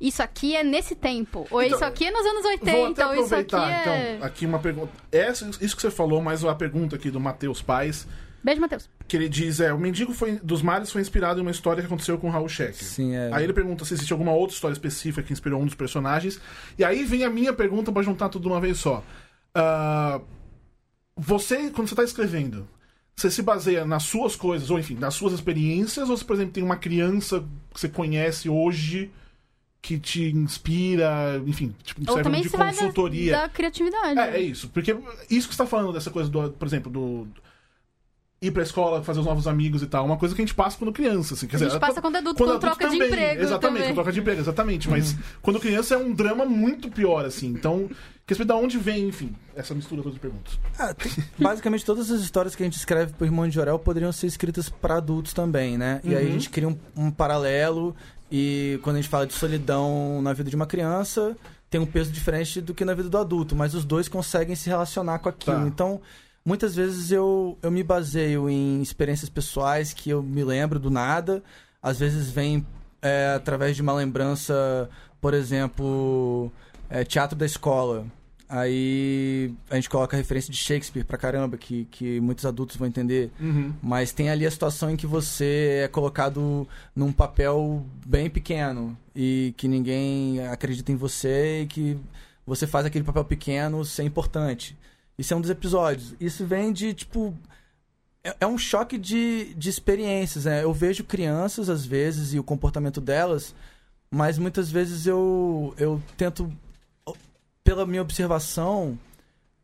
Isso aqui é nesse tempo. Ou isso aqui é nos anos 80, tá. Vou até ou isso aqui aproveitar, é. então, aqui uma pergunta. Essa, isso que você falou, mas a pergunta aqui do Matheus Paz, Beijo, Matheus. que ele diz é: O Mendigo foi- dos Mares foi inspirado em uma história que aconteceu com Raul Scheck. Sim, é. Aí ele pergunta se existe alguma outra história específica que inspirou um dos personagens. E aí vem a minha pergunta pra juntar tudo de uma vez só. Ah, você, quando você tá escrevendo, você se baseia nas suas coisas, ou enfim, nas suas experiências, ou se, por exemplo, tem uma criança que você conhece hoje que te inspira, enfim, tipo, Ou serve também de você vai da, consultoria. da criatividade. É, é isso. Porque isso que você tá falando dessa coisa, do, por exemplo, do. ir pra escola, fazer os novos amigos e tal. é Uma coisa que a gente passa quando criança, assim. Quer A dizer, gente passa quando adulto, quando com troca adulto de emprego. Exatamente, também. com troca de emprego, exatamente. Mas quando criança é um drama muito pior, assim. Então, quer saber de onde vem, enfim, essa mistura toda de perguntas. Ah, tem- basicamente todas as histórias que a gente escreve pro Irmão de Jorel poderiam ser escritas pra adultos também, né? E aí a gente cria um, um paralelo e quando a gente fala de solidão na vida de uma criança, tem um peso diferente do que na vida do adulto, mas os dois conseguem se relacionar com aquilo. Tá. Então, muitas vezes eu, eu me baseio em experiências pessoais que eu me lembro do nada, às vezes vem é, através de uma lembrança, por exemplo, é, teatro da escola. Aí a gente coloca a referência de Shakespeare pra caramba, que, que muitos adultos vão entender. Mas tem ali a situação em que você é colocado num papel bem pequeno e que ninguém acredita em você e que você faz aquele papel pequeno ser importante. Isso é um dos episódios. Isso vem de, tipo. É, é um choque de, de experiências, né? Eu vejo crianças, às vezes, e o comportamento delas, mas muitas vezes eu, eu tento, pela minha observação,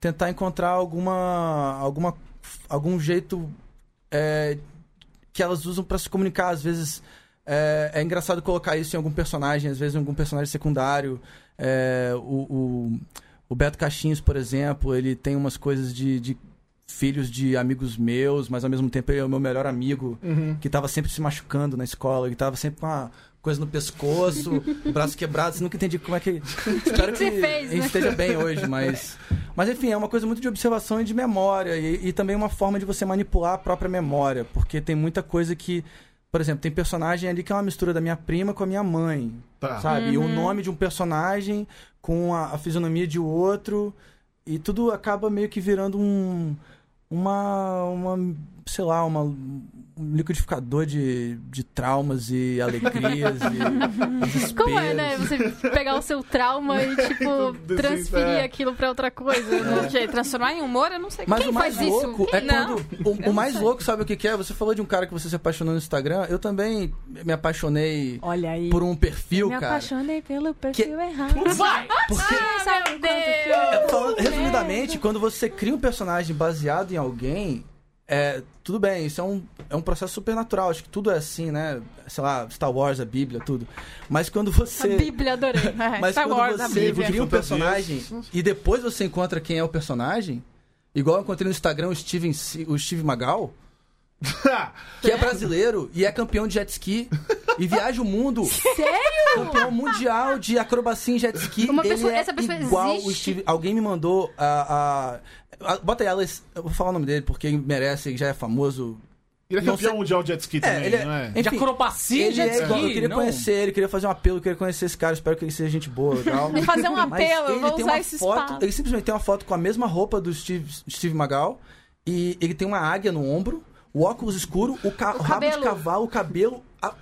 tentar encontrar alguma, alguma algum jeito é, que elas usam pra se comunicar. Às vezes é, é engraçado colocar isso em algum personagem, às vezes em algum personagem secundário. É, o, o, o Beto Caixinhos, por exemplo, ele tem umas coisas de, de filhos de amigos meus, mas ao mesmo tempo ele é o meu melhor amigo, que tava sempre se machucando na escola, que tava sempre com uma coisa no pescoço, braço quebrado, você nunca entendi como é que... Espero que, você fez, né? ele esteja bem hoje, mas... Mas enfim, é uma coisa muito de observação e de memória, e, e também uma forma de você manipular a própria memória, porque tem muita coisa que... Por exemplo, tem personagem ali que é uma mistura da minha prima com a minha mãe, Tá. sabe? E o nome de um personagem com a, a fisionomia de outro. E tudo acaba meio que virando um. Uma. uma sei lá, uma, um liquidificador de, de traumas e alegrias. e Como é, né? desesperos. Você pegar o seu trauma e, tipo, Desenho, transferir é. aquilo pra outra coisa. né? Não sei, transformar em humor, eu não sei. Mas Quem o mais faz isso? louco é Quem? Não. quando. O, o não mais sei. louco, sabe o que, que é? Você falou de um cara que você se apaixonou no Instagram. Eu também me apaixonei Olha aí. por um perfil, Me cara. apaixonei pelo perfil errado. Vai! Porque. Sabe meu quanto que Deus! eu- É, falando- resumidamente, quando você cria um personagem baseado em alguém, é, tudo bem, isso é um, é um processo super natural, acho que tudo é assim, né? Sei lá, Star Wars, a Bíblia, tudo. Mas quando A você. Bíblia, adorei. É, Mas Star quando Wars, a você Bíblia. cria um Fantasias. personagem e depois você encontra quem é o personagem, igual eu encontrei no Instagram o, Steven, Se- o Steve Magal, que é brasileiro e é campeão de jet ski e viaja o mundo. Campeão mundial de acrobacia em jet ski. Uma Ele pessoa- é essa pessoa igual existe? o Steve. Alguém me mandou a. a- a- bota aí, Alex. Eu vou falar o nome dele porque ele merece, ele já é famoso. Ele é Não campeão sei- mundial de jet ski também, ele é- não é? De Enfim, acrobacia Ele de é jet igual, eu ski, queria não. conhecer ele, queria fazer um apelo, eu queria conhecer esse cara, espero que ele seja gente boa e tal. Vou fazer um Mas apelo, eu ele vou tem usar uma esse foto, espaço. Ele simplesmente tem uma foto com a mesma roupa do Steve, Steve Magal e ele tem uma águia no ombro, o óculos escuro, o, ca- o rabo de cabelo. cavalo, o cabelo, a,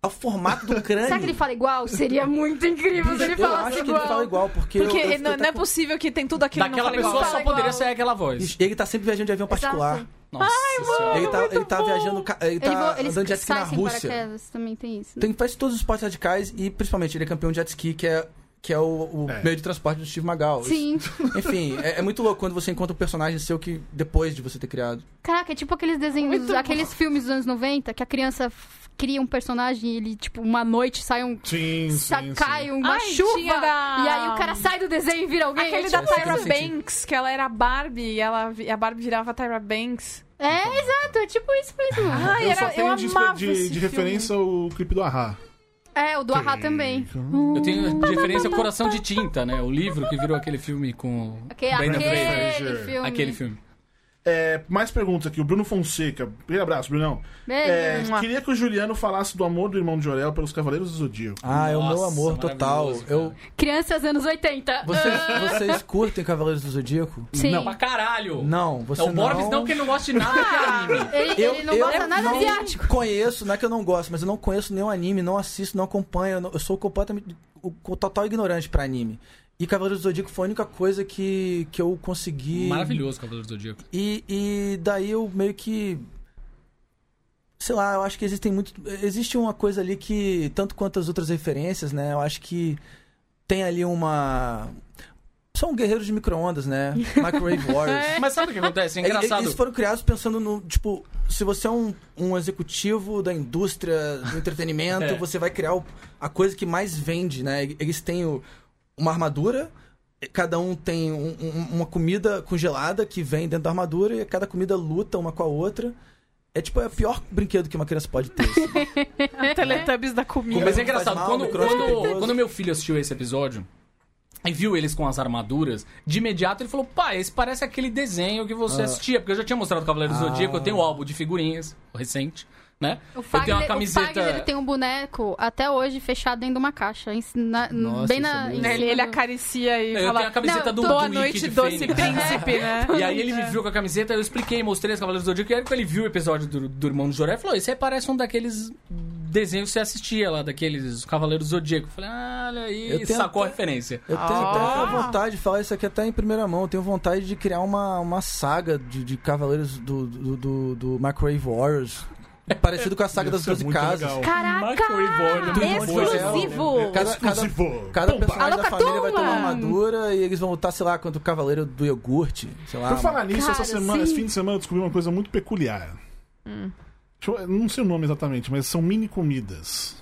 a formato do crânio. Será que ele fala igual? Seria muito incrível se ele eu falasse acho que igual. ele fala igual, porque, assim, Porque eu- eu- eu não, até não é possível que tem tudo aquilo e não Daquela fala igual. pessoa só Fala poderia igual. ser aquela voz. Ele tá sempre viajando de avião particular. Nossa é senhora. Ele, tá, ele tá viajando. ca- Ele tá Ele vo- eles andando de jet ski saem na sem Rússia. paraquedas, também tem isso. né? Tem, faz todos os esportes radicais e principalmente ele é campeão de jet ski, que é, que é o, o É. meio de transporte do Steve Magal. Sim. Enfim, é, é muito louco quando você encontra um personagem seu que depois de você ter criado. Caraca, é tipo aqueles desenhos, aqueles filmes dos anos 90 que a criança f- cria um personagem e ele, tipo, uma noite sai um. Sim, sim, sa- sim. cai uma Ai, chuva tinha da- e aí o cara sai do desenho e vira alguém. Aquele é, da tipo, Tyra isso. Banks, que ela era a Barbie e, ela, vi- a Barbie virava a Tyra Banks. é, exato, é tipo isso mesmo. Ai, Ah, Eu era, só tenho eu um de, amava de- esse de filme. referência o clipe do Ahá. É, o do Ahá também. Eu tenho de referência Coração de Tinta, né? O livro que virou aquele filme com. Aquele, Brenda aquele Fraser. filme. Aquele filme. É, mais perguntas aqui. O Bruno Fonseca. Primeiro abraço, Brunão. Beijo. É, Mua. queria que o Juliano falasse do amor do irmão de Jorel pelos Cavaleiros do Zodíaco. Ah, é o meu Nossa, amor total. maravilhoso, Eu, Crianças anos 80. vocês, Ah. vocês curtem Cavaleiros do Zodíaco? Sim. Pra caralho! Não, você Não, É o Borbs não, que ele não gosta de nada de anime. Ele, ele não gosta nada não asiático. conheço, não é que eu não gosto, mas eu não conheço nenhum anime, não assisto, não acompanho. Eu, não- eu sou completamente. O, o total ignorante pra anime. E Cavaleiros do Zodíaco foi a única coisa que, que eu consegui. Maravilhoso, Cavaleiro do Zodíaco. E, e daí eu meio que. Sei lá, eu acho que existem muito. Existe uma coisa ali que, tanto quanto as outras referências, né? Eu acho que tem ali uma. são guerreiros de micro-ondas, né? Microwave Warriors. Mas sabe o que acontece? É Eles- engraçado. Eles foram criados pensando no, tipo, se você é um, um executivo da indústria do entretenimento, É. você vai criar o- a coisa que mais vende, né? Eles têm o- uma armadura, cada um tem um- um- uma comida congelada que vem dentro da armadura e cada comida luta uma com a outra. É tipo, é o pior brinquedo que uma criança pode ter. assim. Teletubbies da comida. Mas Faz é engraçado, mal, quando, micro-ondas quando- perigoso. quando meu filho assistiu esse episódio e viu eles com as armaduras, de imediato ele falou: pai, esse parece aquele desenho que você assistia, porque eu já tinha mostrado o Cavaleiro do Zodíaco, eu tenho um álbum de figurinhas recente, né? O eu tenho Fagner, uma o Fagner, ele camiseta. tem um boneco até hoje fechado dentro de uma caixa. em- na- Nossa, bem isso é na. bem em legal. Ele, cima ele do- acaricia e Eu fala... tenho a camiseta do- Boa do noite, Wicked doce Fênix." príncipe, né? E aí ele É. me viu com a camiseta, eu expliquei, mostrei os Cavaleiros do Zodíaco, e aí quando ele viu o episódio do, do Irmão do Joré, ele falou, esse aí parece um daqueles desenhos que você assistia lá, daqueles Cavaleiros do Zodíaco. Eu falei, ah, olha aí, Eu tenho sacou a até- referência. Eu tenho Ah. até vontade de falar isso aqui até em primeira mão. Eu tenho vontade de criar uma, uma saga de, de cavaleiros do, do, do, do Microwave Warriors. Parecido com a saga das Isso é 12 muito casas. legal. né? Caraca! Tem um monte de Exclusivo! Cada, cada, Exclusivo. cada Bomba. personagem Alô, da família vai ter uma Catumba! armadura e eles vão lutar, sei lá, contra o cavaleiro do iogurte. Sei lá. Por falar nisso, Cara, essa semana, sim. Hum. esse fim de semana, eu descobri uma coisa muito peculiar. Deixa eu- eu não sei o nome exatamente, mas são mini comidas.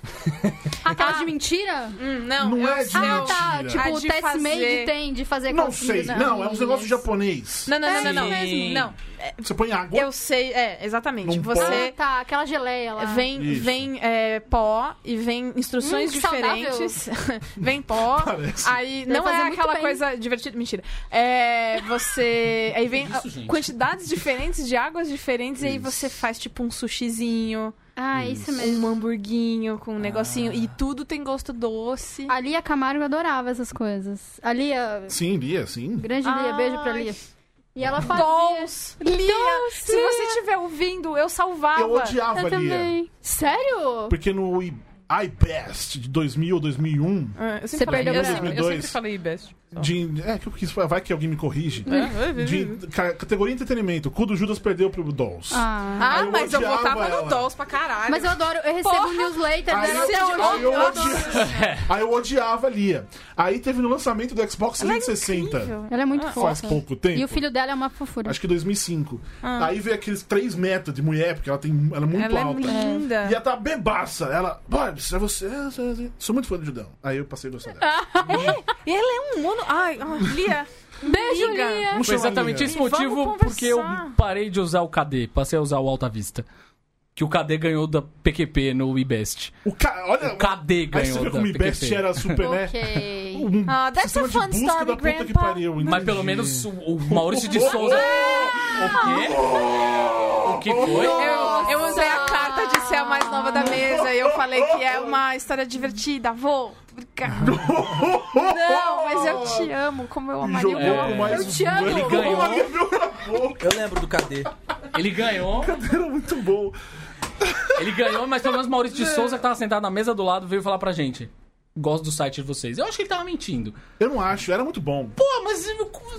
Aquelas de mentira? Não, Não eu é de sei. Ah, tá. Mentira. Tipo, A o de Test fazer- Hum. Made tem de fazer não aquelas sei, comidas né? não, é uns negócios japoneses. japonês. Não, não, não, não, não. Sim. É Não, Você põe água. eu sei, é, exatamente. Não Ah, Você tá. Aquela geleia lá. vem, Isso. vem é, pó e vem instruções Hum, que diferentes. vem pó. Parece. Aí Deve não fazer é muito aquela bem. coisa divertida. Mentira. É, você. Aí vem Isso, gente. quantidades diferentes de águas diferentes. E aí você faz tipo um sushizinho, Ah, isso mesmo. um hamburguinho com um negocinho. E tudo tem gosto doce. A Lia Camargo adorava essas coisas. A Lia, Sim, Lia, sim. grande Lia, Ai. beijo pra Lia. E ela fazia. Dons! Lia! Se você estiver ouvindo, eu salvava. Eu odiava Eu Lia. também. Sério? Porque no i- iBest de 2000 ou 2001, Ah, Eu sempre, Você falei, perdeu eu, pra sempre, eu 2002. sempre falei best. um, de, é, que eu quis falar, vai que alguém me corrige. né? É? De ca- categoria entretenimento, o cu do Judas perdeu pro Dolls. Ah. Ah, eu mas eu odiava votava ela. no Dolls pra caralho. Mas eu adoro, eu recebo Porra. um newsletter Aí dela eu, até Seu hoje. aí, eu ódio. odiava, aí eu odiava a Lia. Aí teve no lançamento do é Xbox 360. Ela é muito fofa. faz pouco tempo. E o filho dela é uma fofura. Acho que 2005. Aí veio aqueles 3 metros de mulher, porque ela, tem, ela é muito Ela é alta. linda. E ela tá bebaça. Ela, Barbs, é você. é, você, é você." Sou muito fã do Judão. Aí eu passei a gostar dela. E ela é um mono. Ai, ai, Lia. Beijo, Amiga. Lia! Vamos Foi chamar a exatamente Lia. esse E vamos motivo conversar. porque eu parei de usar o KD, passei a usar o Alta Vista. Que o KD ganhou da PQP no IBEST. O ca... Olha, O KD aí você ganhou viu como o da Best PQP. era super, né? Ok. Um Ah, that's sistema a de fun busca story, da puta que grandpa. pariu. Mas entendi. pelo menos o, o Maurício de Souza. O quê? O que Eu, foi? eu usei a carta de ser a mais nova da mesa e eu falei que é uma história divertida. Vou. Obrigada. Não, mas eu te amo, como eu E amaria jogou o É. por mais Eu te amo. Ele Ele ganhou. ganhou. Eu lembro do KD. Ele ganhou. Era muito bom. Ele ganhou, mas pelo menos Maurício de Souza, que tava sentado na mesa do lado, veio falar pra gente. Gosto do site de vocês. Eu acho que ele tava mentindo. Eu não acho, era muito bom. Pô, mas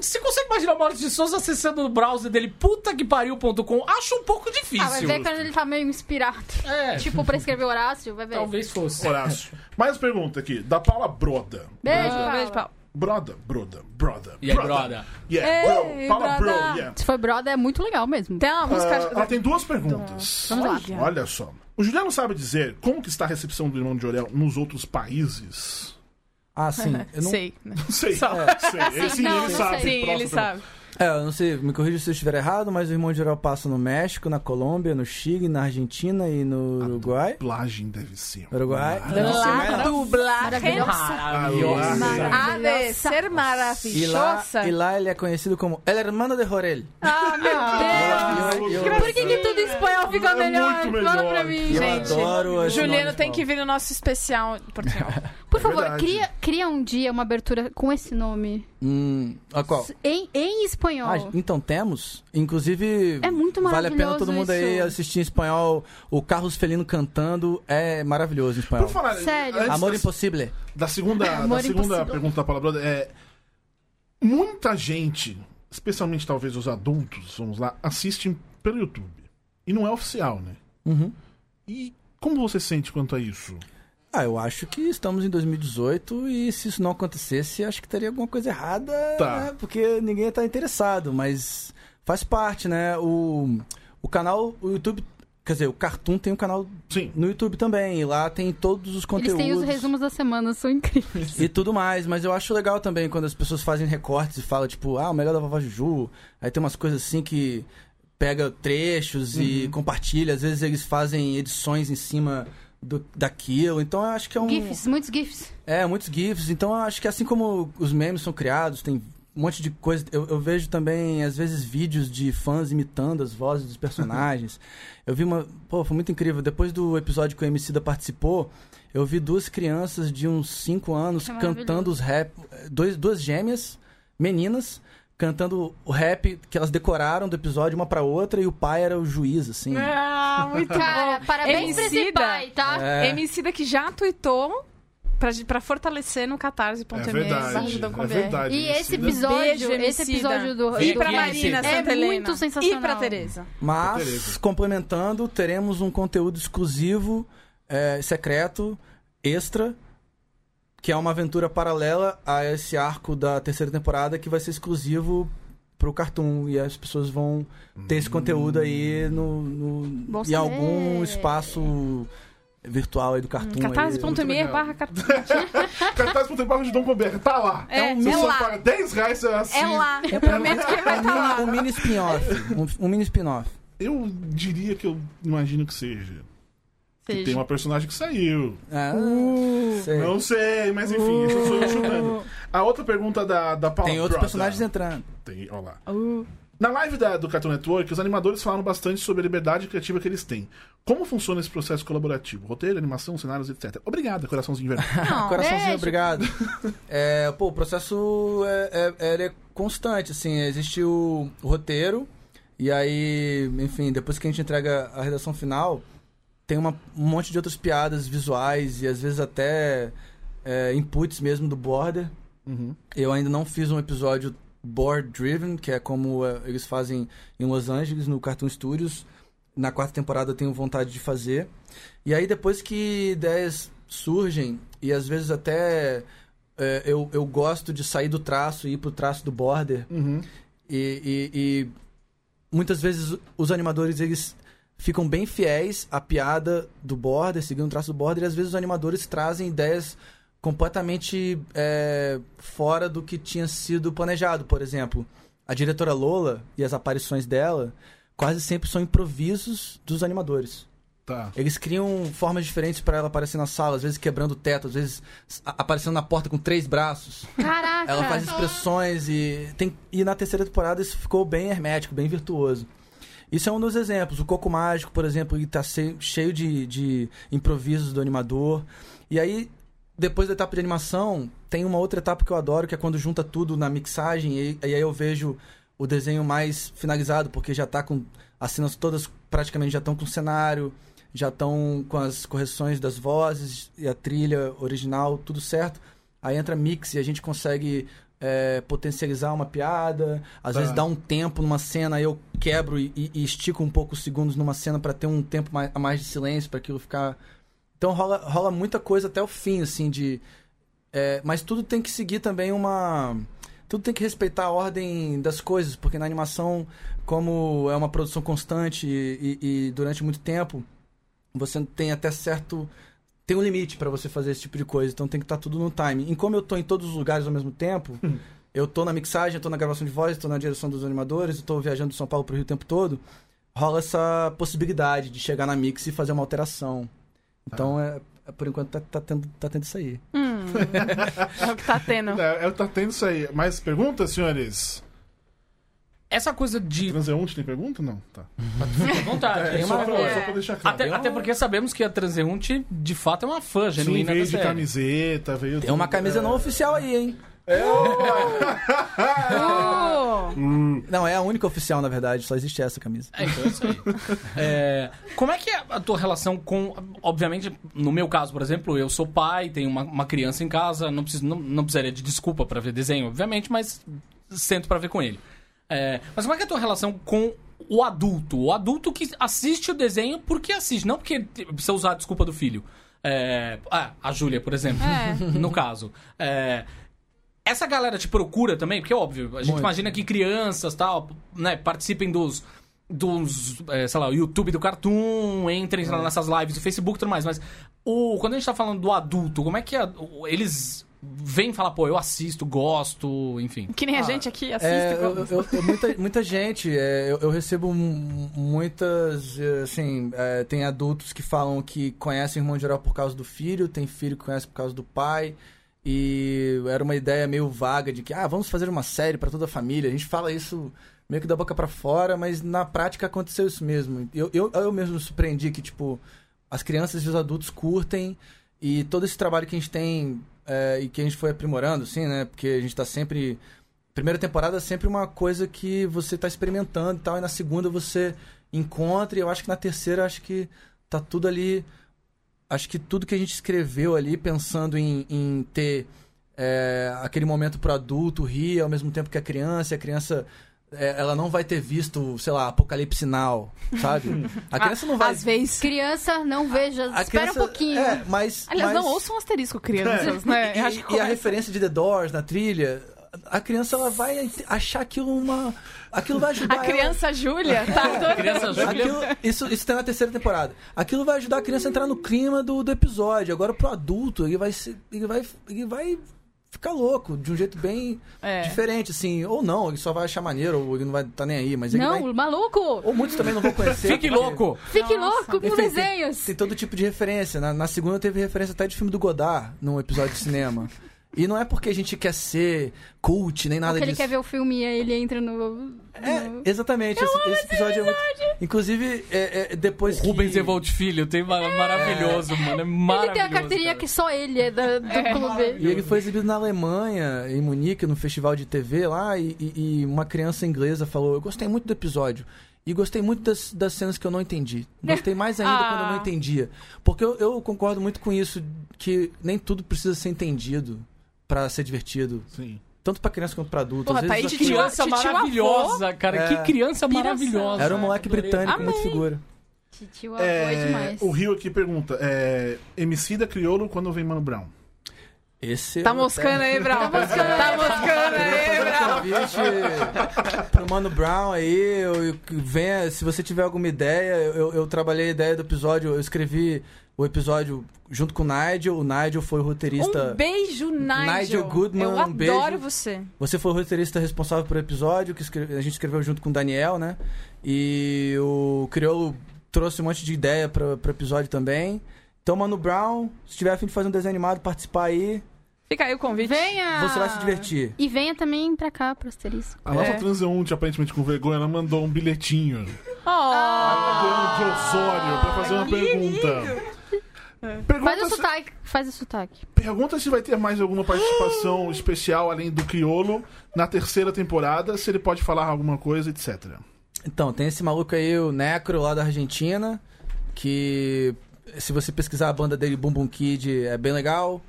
você consegue imaginar o Maurício de Souza acessando o browser dele puta que pariu.com? Acho um é pouco Ah, vai difícil. ver quando ele tá meio inspirado. É, Tipo, pra escrever Horácio, vai ver. talvez fosse. Horácio. Mais pergunta aqui, da Paula Broda. Beijo, Ah, Paula. beijo, Paulo. Broda, Broda, Broda. E aí, broda? Yeah, Ei, bro. Paula broda. Bro, yeah. Se foi brother, é muito legal mesmo. Tem uma Ah, música. ela tem duas perguntas. Vamos Olha. Olha só. O Juliano sabe dizer como que está a recepção do Irmão de Orel nos outros países? Ah, sim. Eu não, Sei. né? Sei, sei. Esse não, ele não sabe. sei. Sim, ele Próxima sabe. É, eu não sei, me corrija se eu estiver errado, mas o Irmão de Geral passa no México, na Colômbia, no Chile, na Argentina e no Uruguai. Dublagem deve ser. Uruguai. Lá, Dublagem. Maravilhosa. A de ser E lá, maravilhosa. e lá ele é conhecido como El Hermano de Jorel. Ah, meu Deus. E eu- e eu- Por que, que tudo em espanhol fica É melhor? muito Fala melhor. pra mim, Eu gente. adoro esse Juliano nome, tem Paulo. que vir no nosso especial em Portugal. Por favor, verdade. cria, cria um dia uma abertura com esse nome. Hum, a qual? Em, em espanhol. Ah, então temos. Inclusive, É muito vale a pena maravilhoso todo mundo aí isso. assistir em espanhol. O Carlos Felino cantando é maravilhoso em espanhol. Por falar, Sério. antes Amor da- Impossível. Da segunda, da Amor segunda impossível. pergunta da Paula Broda é. Muita gente, especialmente talvez os adultos, vamos lá, assistem pelo YouTube. E não é oficial, né? Uhum. E como você sente quanto a isso? Ah, eu acho que estamos em 2018 e se isso não acontecesse, acho que teria alguma coisa errada, Tá. né? Porque ninguém tá interessado, mas faz parte, né? O, o canal, o YouTube, quer dizer, o Cartoon tem um canal Sim. no YouTube também, e lá tem todos os Eles conteúdos têm os resumos da semana, são incríveis. e tudo mais, mas eu acho legal também quando as pessoas fazem recortes e falam, tipo, ah, o melhor da Vovó Juju, aí tem umas coisas assim que pega trechos e compartilha, às vezes eles fazem edições em cima do, daquilo, então eu acho que é um... GIFs, muitos GIFs. É, muitos GIFs. Então eu acho que assim como os memes são criados, tem um monte de coisa. Eu, eu vejo também, às vezes, vídeos de fãs imitando as vozes dos personagens. eu vi uma. Pô, foi muito incrível. Depois do episódio que o MC da participou, eu vi duas crianças de uns 5 anos Que maravilhoso. cantando os rap. Dois, duas gêmeas, meninas. Cantando o rap que elas decoraram do episódio uma pra outra e o pai era o juiz, assim. Ah, muito Cara, parabéns pra esse Emicida. pai, tá? É. Emicida que já tweetou pra, pra fortalecer no É catarse.me. verdade. ajudou com É BR. verdade. E esse Emicida- episódio, Beijo, Emicida. esse episódio do, E do pra Vicky Marina Emicida. Santa É Helena. muito sensacional. E pra Tereza. Mas, Beleza. complementando, teremos um conteúdo exclusivo, é, secreto, extra, que é uma aventura paralela a esse arco da terceira temporada que vai ser exclusivo pro Cartoon. E as pessoas vão ter esse conteúdo aí no, no- Bom em saber. algum espaço virtual aí do Cartoon. aí. muito Catarse.me legal. barra cartão. Cartaz pro tempo de Dom Colbert. Tá lá. É, Se é você lá. paga 10 reais, você assiste. É lá. Eu prometo que vai estar lá. Um mini spin-off. um- um mini spin-off. Eu diria que eu imagino que seja. Que Seja. tem uma personagem que saiu. Ah, sei. Não sei, mas enfim, eu Uh. estou chutando. A outra pergunta da, da Paula. Tem outros Prada. personagens entrando. Tem, ó lá. Uh. Na live da- do Cartoon Network, os animadores falaram bastante sobre a liberdade criativa que eles têm. Como funciona esse processo colaborativo? Roteiro, animação, cenários, etc. Obrigado, coraçãozinho vermelho. Coraçãozinho, beijo. obrigado. É, pô, o processo é, é- ele é constante, assim. Existe o, o roteiro, e aí, enfim, depois que a gente entrega a redação final, tem uma- um monte de outras piadas visuais e às vezes até é, inputs mesmo do border. Uhum. Eu ainda não fiz um episódio board driven, que é como é, eles fazem em Los Angeles, no Cartoon Studios. Na quarta temporada eu tenho vontade de fazer. E aí depois que ideias surgem, e às vezes até é, eu, eu gosto de sair do traço e ir pro traço do border. E, e- e muitas vezes os animadores eles ficam bem fiéis à piada do border, seguindo o traço do border, e às vezes os animadores trazem ideias completamente é, fora do que tinha sido planejado. Por exemplo, a diretora Lola e as aparições dela quase sempre são improvisos dos animadores. Tá. Eles criam formas diferentes pra ela aparecer na sala, às vezes quebrando o teto, às vezes a- aparecendo na porta com três braços. Caraca! Ela faz expressões e tem e na terceira temporada isso ficou bem hermético, bem virtuoso. Isso é um dos exemplos. O Coco Mágico, por exemplo, ele tá se- cheio de, de improvisos do animador. E aí, depois da etapa de animação, tem uma outra etapa que eu adoro, que é quando junta tudo na mixagem e, e aí eu vejo o desenho mais finalizado, porque já tá com as cenas todas praticamente já estão com o cenário, já estão com as correções das vozes e a trilha original, tudo certo. Aí entra mix e a gente consegue é, potencializar uma piada, às Tá. vezes dá um tempo numa cena, aí eu quebro e, e- e estico um pouco os segundos numa cena pra ter um tempo mai- a mais de silêncio, pra aquilo ficar. Então rola, rola muita coisa até o fim, assim, de. é, mas tudo tem que seguir também uma. Tudo tem que respeitar a ordem das coisas, porque na animação, como é uma produção constante e, e- e durante muito tempo, você tem até certo. Tem um limite pra você fazer esse tipo de coisa, então tem que estar tudo no time. E como eu tô em todos os lugares ao mesmo tempo, eu tô na mixagem, eu tô na gravação de voz, eu tô na direção dos animadores, eu tô viajando de São Paulo pro Rio o tempo todo, rola essa possibilidade de chegar na mix e fazer uma alteração. Então, é, é- por enquanto, tá, tá tendo, tá tendo isso aí. Hum, é o que tá tendo. É, é, tá tendo isso aí. Mais perguntas, senhores? Essa coisa de. Transeunte tem pergunta? Não. Tá. Fica à vontade. É, é só, só- pra, é. só pra deixar claro. Até, até porque sabemos que a transeunte, de fato, é uma fã Sim, genuína da veio de série. camiseta, veio. né? Tem uma camisa não oficial aí, hein? Uh, Não, é a única oficial, na verdade, só existe essa camisa. É, então é isso aí. É, como é que é a tua relação com. Obviamente, no meu caso, por exemplo, eu sou pai, tenho uma, uma criança em casa, não, preciso, não, não precisaria de desculpa pra ver desenho, obviamente, mas sento pra ver com ele. É, mas como é que é a tua relação com o adulto? O adulto que assiste o desenho porque assiste, não porque precisa usar a desculpa do filho. É, ah, a Júlia, por exemplo, É. no caso. É, essa galera te procura também, porque é óbvio, a gente imagina que crianças tal, né, participem dos. Dos, é, sei lá, o YouTube do Cartoon, entrem É. lá nessas lives do Facebook e tudo mais, mas o, quando a gente tá falando do adulto, como é que a- o- eles vêm falar, pô, eu assisto, gosto, enfim. Que nem a gente aqui assiste. É, igual- eu- eu- eu- muita, muita gente, é, eu, eu recebo mu- muitas, é, assim, é, tem adultos que falam que conhecem o Irmão de Geral por causa do filho, tem filho que conhece por causa do pai, e era uma ideia meio vaga de que, ah, vamos fazer uma série pra toda a família, a gente fala isso meio que da boca pra fora, mas na prática aconteceu isso mesmo. Eu, eu, eu mesmo me surpreendi que, tipo, as crianças e os adultos curtem, e todo esse trabalho que a gente tem é, e que a gente foi aprimorando, assim, né, porque a gente tá sempre... Primeira temporada é sempre uma coisa que você tá experimentando e tal, e na segunda você encontra, e eu acho que na terceira acho que tá tudo ali. Acho que tudo que a gente escreveu ali, pensando em, em ter é, aquele momento pro adulto rir ao mesmo tempo que a criança, e a criança. é, ela não vai ter visto, sei lá, Apocalipse Now, sabe? A criança não vai. Às vezes. Criança, não veja, a espera um criança- pouquinho. É, mas. Aliás, mas- não ouçam asterisco crianças, né? e, Eu acho que é e a começa- referência de The Doors na trilha, a criança ela vai achar aquilo uma. Aquilo vai ajudar A ela- criança Júlia tá adorando. Criança Júlia. Aquilo- isso, isso tem na terceira temporada. Aquilo vai ajudar a criança a entrar no clima do, do episódio. Agora, pro adulto, ele vai, se- ele, vai, ele vai ficar louco de um jeito bem É. diferente, assim. Ou não, ele só vai achar maneiro, ou ele não vai estar nem aí, mas ele não, vai. maluco! Ou muitos também não vão conhecer. Fique porque- louco! Fique Nossa. louco com Enfim, tem- desenhos! Tem todo tipo de referência. Na, na segunda teve referência até de filme do Godard num episódio de cinema. E não é porque a gente quer ser cult nem nada Porque ele disso. quer ver o filme e aí ele entra no. no- É, exatamente. esse, esse episódio, é muito. Inclusive, é- é- depois. que- Rubens Evolt Filho, tem ma- maravilhoso, mano. É maravilhoso. Ele tem a carteirinha cara. que só ele é da- do clube. E ele foi exibido na Alemanha, em Munique, no festival de TV lá, e, e- e uma criança inglesa falou: Eu gostei muito do episódio. E gostei muito das, das cenas que eu não entendi. Gostei mais ainda Ah. quando eu não entendia. Porque eu, eu concordo muito com isso, que nem tudo precisa ser entendido pra ser divertido. Sim. Tanto pra criança quanto pra adulto. Porra, Às vezes, Thaís, a Que tio- criança criança- tio- tio-avô. maravilhosa, cara. É. Que criança Piração. maravilhosa. Era um moleque Adorei. britânico muito né? Amei. figura. Titio avô É, é demais. o Rio aqui pergunta: é, MC da Criolo quando vem Mano Brown? Esse é Tá eu moscando aí, Brau. Tá moscando, Tá aí, Brau. convite pro Mano Brown aí. Eu, eu- venha, se você tiver alguma ideia, eu, eu trabalhei a ideia do episódio, eu escrevi o episódio junto com o Nigel. O Nigel foi o roteirista. Um beijo, Nigel. Nigel Goodman, Eu um adoro beijo. você. Você foi o roteirista responsável pelo episódio, que escre- a gente escreveu junto com o Daniel, né? E o Criolo trouxe um monte de ideia pra- pro episódio também. Então, Mano Brown, se tiver a fim de fazer um desenho animado, participar aí, Fica aí o convite. Venha! você vai se divertir. E venha também pra cá, pro asterisco. A nossa É. transeunte, aparentemente com vergonha, ela mandou um bilhetinho. Oh. Ah. Ela deu um de Osório pra fazer uma pergunta. Faz Pergunta é o se, sotaque, faz o sotaque. pergunta se vai ter mais alguma participação especial além do Criolo na terceira temporada, se ele pode falar alguma coisa, etc. Então, tem esse maluco aí, o Necro, lá da Argentina, que se você pesquisar a banda dele, Boom Boom Kid, é bem legal.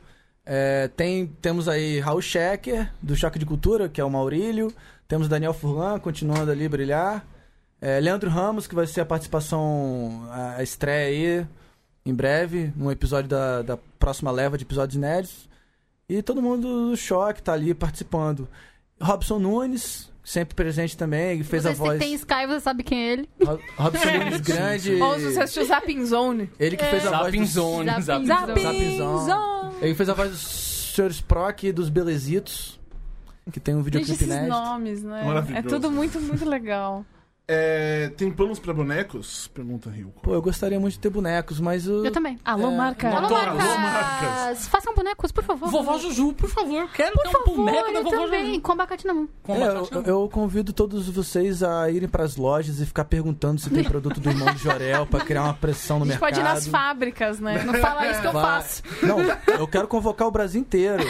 É, tem, temos aí Raul Schecker, do Choque de Cultura, que é o Maurílio. Temos Daniel Furlan, continuando ali brilhar. É, Leandro Ramos, que vai ser a participação, a a estreia aí, em breve, num episódio da, da próxima leva de episódios inéditos. E todo mundo do Choque tá ali participando. Robson Nunes, sempre presente também, ele fez você a se voz... tem Sky, você sabe quem é ele. Ro- Ah, Robson Nunes Grande. Ou se você assistiu Zapping Zone. Ele que fez a voz. Zapping do- Zone, Zapping Zapping Zone. Zone. Zapping Zone. Ele fez a voz do Sr. Sprock e dos Belezitos. Que tem um Gente, videoclipe esses inédito. nomes, né? É Maravilhoso. tudo muito, muito legal. É, tem planos pra bonecos? Pergunta Rio. Pô, eu gostaria muito de ter bonecos, mas o. Eu também. Alô, É. marca. Alô, adoro, Marcas! alô, Façam bonecos, por favor. Vovó Juju, por favor, quero ter um Por favor, boneco da eu vovó também, Juju. com abacate na mão. Com É, eu, abacate na mão. eu convido todos vocês a irem pras lojas e ficar perguntando se tem produto do irmão do Jorel pra criar uma pressão no A gente mercado. pode ir nas fábricas, né? Não fala isso que eu Vai. faço. Não, eu quero convocar o Brasil inteiro,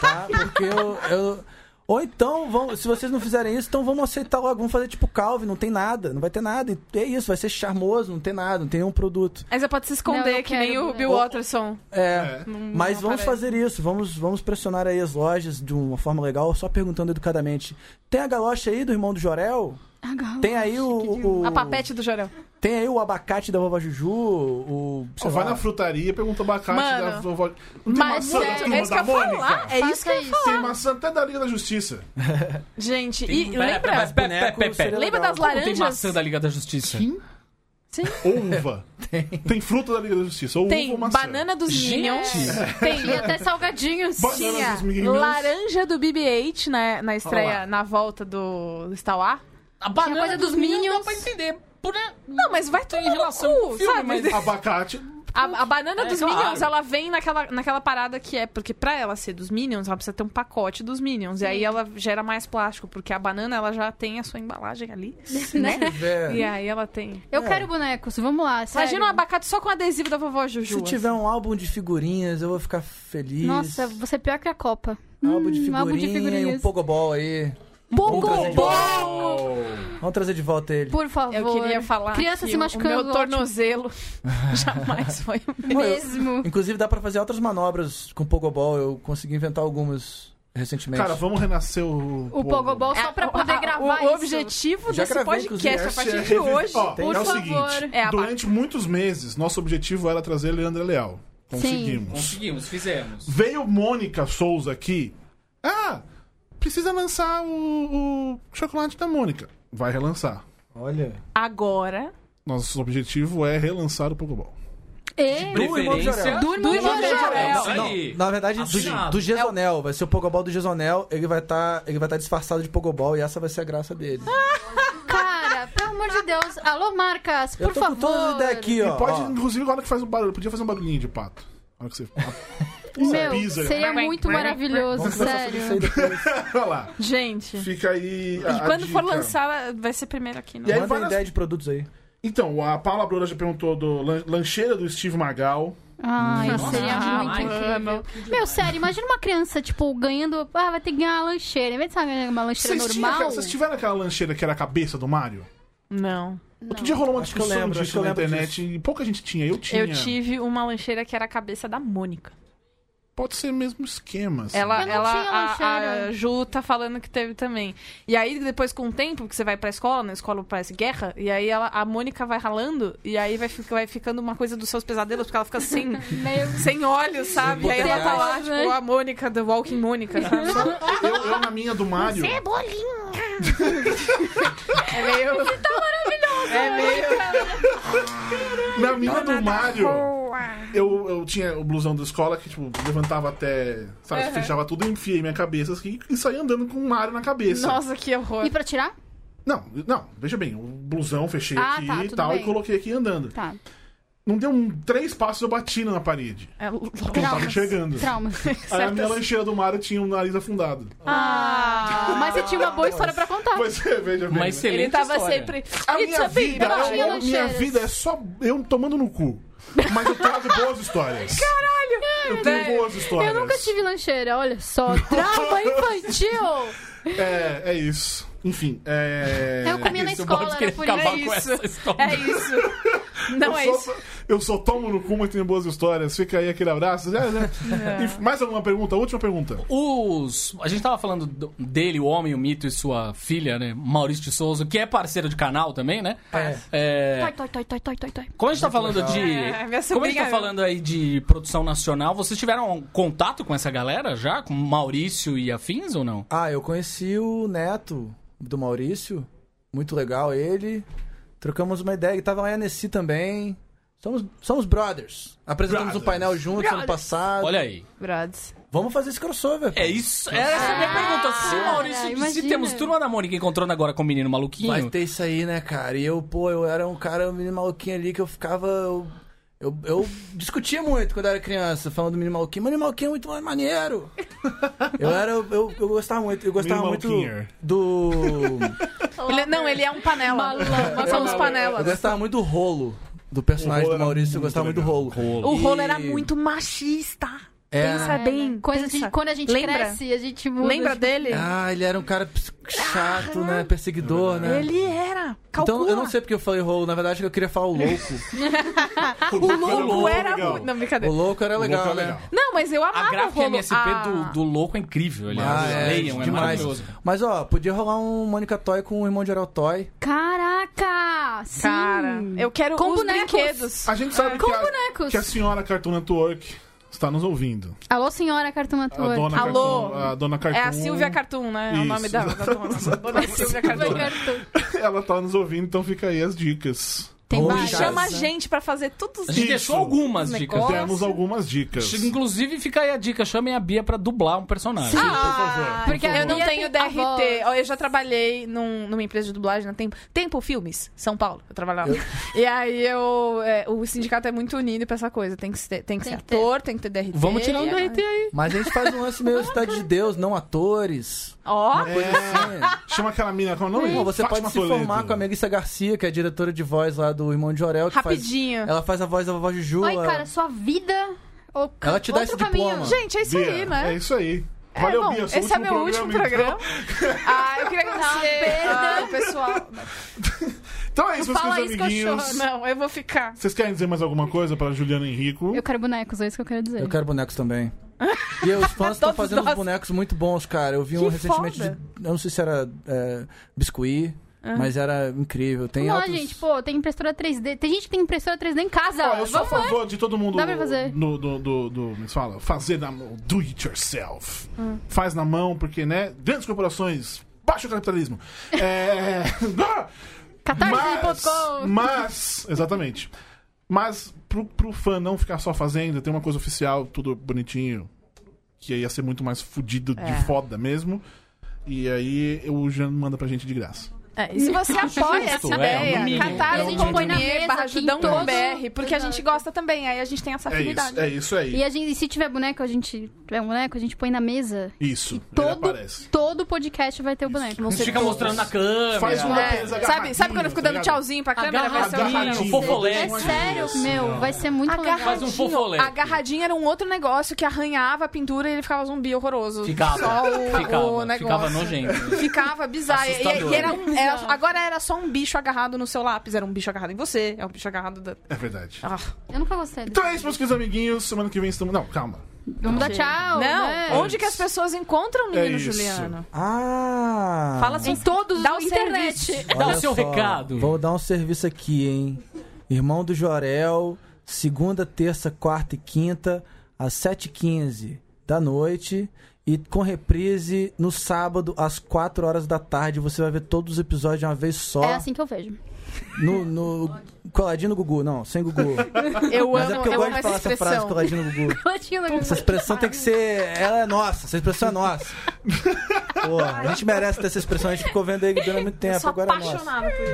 tá? Porque eu... eu- Ou então, vão, se vocês não fizerem isso, então vamos aceitar logo, vamos fazer tipo Calvin, não tem nada, não vai ter nada. E É isso, vai ser charmoso, não tem nada, não tem nenhum produto. Aí você pode se esconder, Não, eu que quero, nem o né? Bill Watterson. É, mas não vamos aparece. fazer isso, vamos, vamos pressionar aí as lojas de uma forma legal, só perguntando educadamente. Tem a galocha aí do irmão do Jorel? Ah, galo. um- Tem aí o... o- A papete do Jorel. Tem aí o abacate da vovó Juju, o. Só sei vai lá. na frutaria e pergunta o abacate Mano, da vovó. Não tem Mas maçã da sério, é turma isso que da eu ia Mônica? falar. É isso que eu ia falar. Tem maçã até da Liga da Justiça. Gente, Tem- e pera, pera, lembra? pera, pé, pé, pé. é, seria Lembra legal. das Não tem maçã laranjas? da Liga da Justiça. Uva. tem. fruta da Liga da Justiça. Ou uva Tem ou maçã. banana dos Gente. Minions. Tem até salgadinhos. Banana Tinha dos meninos. laranja do BB-8 na, na Olha estreia, lá. na volta do Star Wars. A banana coisa dos Minions Minions. dá pra entender. Por... Não, mas vai Tem tomar no relação cu, com o filme, sabe? mas- Abacate. A, a banana É, dos claro. Minions, ela vem naquela, naquela parada que é... Porque pra ela ser dos Minions, ela precisa ter um pacote dos Minions. E aí ela gera mais plástico, porque a banana, ela já tem a sua embalagem ali. Né? É. E aí ela tem... Eu quero bonecos, vamos lá. sério. Imagina um abacate só com adesivo da vovó Juju. Se tiver um álbum de figurinhas, eu vou ficar feliz. Um Nossa, você é pior que a Copa. álbum de Hum, figurinha álbum de e um figurinhas. pogobol aí. Bom, bom. Vamos trazer de volta ele. Por favor. Eu queria falar Criança que se o- machucando. o meu ótimo. tornozelo jamais foi o Pô, eu- Mesmo. Inclusive dá pra fazer outras manobras com pogobol. Eu consegui inventar algumas recentemente. Cara, vamos renascer o. O Pogobol só pra poder Ah, gravar o isso. objetivo Já desse gravei, podcast inclusive. a partir Esse de é revi- hoje Ó, Por é o favor. seguinte: é a durante muitos meses, nosso objetivo era trazer Leandra Leal. Conseguimos. Conseguimos, fizemos. Veio Mônica Souza aqui. Ah, precisa lançar o, o chocolate da Mônica. Vai relançar. Olha. agora. Nosso objetivo é relançar o Pogobol. E... Preferência Do irmão Do de irmão de Jorel. Jorel. Isso Não, aí. na verdade, do, Assinado. do Gesonel. Vai ser o pogobol do Gesonel. Ele vai estar ele vai tá disfarçado de pogobol e essa vai ser a graça dele. Ah, Cara, pelo amor de Deus. Alô, Marcas, por eu tô favor. com todas as ideias aqui, ó. E pode, ó. inclusive, na hora que faz um barulho, podia fazer um barulhinho de pato. Na hora que você. é Meu, Pisa. seria muito maravilhoso, Vamos conversar sobre isso aí sério. depois. né? Olha lá. Gente, Fica aí. A, e a quando for dica. lançar, vai ser primeiro aqui, né? não? E aí, Manda várias- ideia de produtos aí. Então, a Paula Brora já perguntou do lan- lancheira do Steve Magal. Ai, seria Ah, muito ai, incrível. Meu, sério, imagina uma criança, tipo, ganhando... Ah, vai ter que ganhar uma lancheira. Em vez de sabe, ganhar uma lancheira Vocês, tinham aquela- normal... tipo, vocês tiveram aquela lancheira que era a cabeça do Mario? Não. Outro dia rolou uma Acho que eu discussão lembro, acho que disso eu na lembro internet e pouca gente tinha. Eu tinha. Eu tive uma lancheira que era a cabeça da Mônica. Pode ser o mesmo esquema. assim. Ela, Eu não ela tinha a, lancheira. a Ju tá falando que teve também. E aí, depois, com o tempo, que você vai pra escola, na escola parece guerra, e aí ela, a Mônica vai ralando, e aí vai, fi- vai ficando uma coisa dos seus pesadelos, porque ela fica sem, Meio... sem olhos, sabe? E aí ela tá lá, tipo, a Mônica, The Walking Mônica, sabe? Eu, eu na minha do Mario. É meio. tá maravilhoso! É meio. Na minha do Mario. Eu, eu tinha o blusão da escola que, tipo, levantava até. Sabe, fechava tudo, eu enfiei minha cabeça aqui e saí andando com o Mario na cabeça. Nossa, que horror. E pra tirar? Não, não, veja bem, o blusão fechei Ah, aqui tá, e tudo tal, e bem. coloquei aqui andando. Tá. Não deu um, três passos eu bati na parede. É l- Porque eu não Traumas. tava enxergando. Trauma. Aí a minha lancheira do Mario tinha um nariz afundado. Ah! Mas você tinha uma boa história pra contar. Pois é, veja bem. Uma né? excelente Ele tava história. sempre. A It's minha a big vida, eu não bag. tinha é, minha lancheiras. vida é só eu tomando no cu. Mas eu trago boas histórias. Caralho! Eu tenho Velho, boas histórias. Eu nunca tive lancheira, olha só. Trauma infantil! É, é isso. Enfim, é. Eu comia na Você escola, pode era querer por acabar isso. com essa história. É isso. Não é Eu isso. só- Eu só tomo no cu, mas tenho boas histórias. Fica aí aquele abraço. É, né? E mais alguma pergunta? Última pergunta. Os. A gente tava falando do- dele, o homem, o mito e sua filha, né? Maurício de Souza, que é parceiro de canal também, né? É. É, Toi, toi, toi, toi, toi, toi, toi. Como a gente tá falando de. É, minha como a gente sobrinha- tá falando aí de produção nacional, vocês tiveram contato com essa galera já? Com Maurício e afins ou não? Ah, eu conheci o neto do Maurício. Muito legal ele. Trocamos uma ideia. Ele tava lá em Annecy também. Somos, somos brothers. Apresentamos um Brothers. painel juntos ano passado. Olha aí. Brothers. Vamos fazer esse crossover. pô. É isso. Essa é a minha pergunta. Se Ah, Maurício. Se imagina. temos turma da Mônica encontrando agora com o menino maluquinho. Vai ter isso aí, né, cara? E eu, pô, eu era um cara, um menino maluquinho ali que eu ficava. Eu, eu, eu discutia muito quando eu era criança, falando do menino maluquinho. Mas o menino maluquinho é muito mais maneiro. eu era. Eu, eu gostava muito. Eu gostava Menino muito maluquinho. do. Ele- não, ele é um panela. Nós somos é um eu panelas. gostava muito do rolo do personagem O rolo do Maurício. era Eu gostava muito, muito do rolo. O rolo era E- muito machista. É. Pensa bem. Coisas pensa. de né? quando a gente Lembra? cresce, a gente muda. Lembra tipo, dele? Ah, ele era um cara ps- chato, né? Perseguidor, né? Ele era. Calcula. Então, eu não sei porque eu falei rolo, na verdade é eu queria falar o louco. O louco era legal. muito. O Não, o brincadeira. louco era louco legal, é né? legal. Não, mas eu amava A gráfica o rolo. MSP Ah, do, do louco é incrível, aliás. Ah, é, Leiam, é demais. maravilhoso. Mas ó, podia rolar um Mônica Toy com o irmão de Geral Toy. Caraca! Sim. Cara, eu quero Com os bonecos. brinquedos. A gente sabe Com que, a, bonecos. que a senhora Cartoon Network está nos ouvindo. Alô, senhora Cartoon A Network. dona Alô? Cartoon, a dona Cartoon. É a Silvia Cartoon, né? É o nome Isso. da da dona. Dona Silvia Cartoon. Ela tá nos ouvindo, então fica aí as dicas. Tem Hoje várias. Chama a Isso. gente pra fazer tudo A gente Isso. deixou algumas Os dicas. negócios. Temos algumas dicas. um Inclusive, fica aí a dica: chamem a Bia pra dublar um personagem. Ah, por favor. eu não Ia tenho ter a DRT. voz. Ó, Eu já trabalhei num- numa empresa de dublagem na Tempo. Tempo Filmes, São Paulo. Eu trabalhava. E aí eu. é, o sindicato é muito unido pra essa coisa. Tem que ser, tem que Tem ser que ter. ator, tem que ter DRT. Vamos tirar um e- é DRT aí. Mas a gente faz um lance meio Cidade de Deus, não atores. Ó, é Uma coisa assim. Chama aquela mina, qual é o nome? Pô, você Fátima pode se Toledo. formar com a Melissa Garcia, que é a diretora de voz lá do Irmão de Jorel. que faz- rapidinho. ela faz a voz da vovó Juju. Oi, ela- cara, sua vida. ou ca- Ela te dá outro esse caminho. diploma. Gente, é isso Bia, aí, né? É isso aí. É, Valeu, bom, Bia. seu esse é meu último programa. Então, Ah, eu queria agradecer ao pessoal. então é isso, meus Fala né? queridos isso que eu amiguinhos. choro. Não, eu vou ficar. Vocês querem dizer mais alguma coisa para Juliana Henrico? Eu quero bonecos, é isso que eu quero dizer. Eu quero bonecos também. E os fãs estão Todos fazendo uns nós. bonecos muito bons, cara. Eu vi um Que recentemente foda. de- Eu não sei se era é, biscuit, mas era incrível. Tem Não, altos- gente, pô, tem impressora 3D. Tem gente que tem impressora 3D em casa. Ó, eu sou a Vamos lá. favor de todo mundo. Dá pra fazer. No, do, do, do- me fala, fazer na mão. Do it yourself. Hum. Faz na mão, porque, né? Grandes corporações. Baixo capitalismo. É. mas, Catarse.com. mas. Exatamente. Mas, pro, pro fã não ficar só fazendo, tem uma coisa oficial, tudo bonitinho. Que ia ser muito mais fudido É. de foda mesmo. E aí o Jean manda pra gente de graça. É, e se você apoia essa Justo, é, no ideia, mínimo. É, a catarse gente compõe na põe na mesa, mesa barra aqui em ajudão todo- BR, porque a gente Exato. gosta também, aí a gente tem essa É isso, afinidade. é isso aí. Tá E a gente, e se tiver boneco, a gente tiver um boneco, a gente põe na mesa. Isso, ele Todo, aparece. todo podcast vai ter o boneco. A gente fica mostrando na câmera. Faz uma É, mesa sabe, sabe quando eu fico dando tchauzinho pra câmera? Vai ser um Agarradinho, maravilha. É né? fofolete. sério, meu, vai ser muito legal. Faz um fofolete. agarradinho era um outro negócio que arranhava a pintura e ele ficava zumbi horroroso. Ficava. Só o, o Ficava, negócio. ficava nojento. Ficava bizarro. E- E, Assustador. era um- era- agora era só um bicho agarrado no seu lápis. Era um bicho agarrado em você. É um bicho agarrado da. É verdade. Ah. Eu nunca gostei desse. Então é isso, meus queridos amiguinhos. Semana que vem estamos. Não, calma. Vamos dar Não, tchau. né? onde que as pessoas encontram o É menino isso. Juliano? Ah! Fala sobre Em todos Dá os o internet. serviço. Dá Olha o seu só, recado. Vou dar um serviço aqui, hein? Irmão do Jorel, segunda, terça, quarta e quinta, às 7h15 da noite. E com reprise no sábado, às 4 horas da tarde. Você vai ver todos os episódios de uma vez só. É assim que eu vejo. No, no- Coladinho no Gugu, não, sem Gugu. Eu Mas é amo, porque eu, eu amo gosto de essa falar essa frase, expressão. coladinho no Gugu. Essa expressão tem que ser. Ela é nossa, essa expressão é nossa. Pô, a gente merece ter essa expressão, a gente ficou vendo aí durante muito Eu tempo, sou agora é nossa. apaixonada por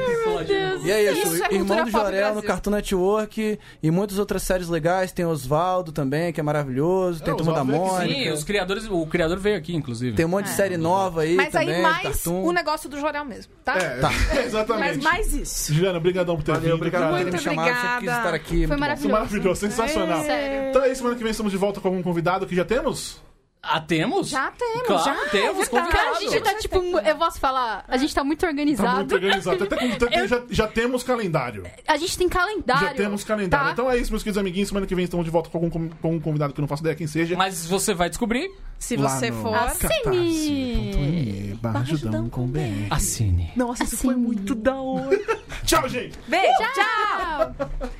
isso. E é isso, Isso é cultura Irmão do pop Jorel no Brasil. Cartoon Network e muitas outras séries legais. Tem Osvaldo também, que é maravilhoso. É, Tem Turma da Osvaldo é que sim, Mônica. Sim, os criadores, o criador veio aqui, inclusive. Tem um monte de série nova aí É. Mas também. é aí de mais Cartoon. o negócio do Jorel mesmo, tá? Ah, É, Mas exatamente. mais isso. Juliana, obrigadão por ter Valeu, vindo. obrigado cara. por Ter me chamado, sempre quis obrigada. estar aqui. muito Foi bom. Isso é maravilhoso. maravilhoso, sensacional. Sério. Então é isso, semana que vem estamos de volta com algum convidado que já temos? Ah, temos? Já temos, Claro, já. temos, é Cara, convidado. a gente tá tipo. mu- Eu posso falar, a gente tá muito organizado. Tá muito organizado. Até com- até já, já temos calendário. A gente tem calendário. Já temos calendário. tá? Então é isso, meus queridos amiguinhos. Semana que vem estamos de volta com algum com, com um convidado que eu não faço ideia quem seja. Mas você vai descobrir. Se Lá você no for. catarse.me barra ajudão com BR. Assine. Nossa, isso foi muito da hora. Tchau, gente! Beijo, tchau. Tchau!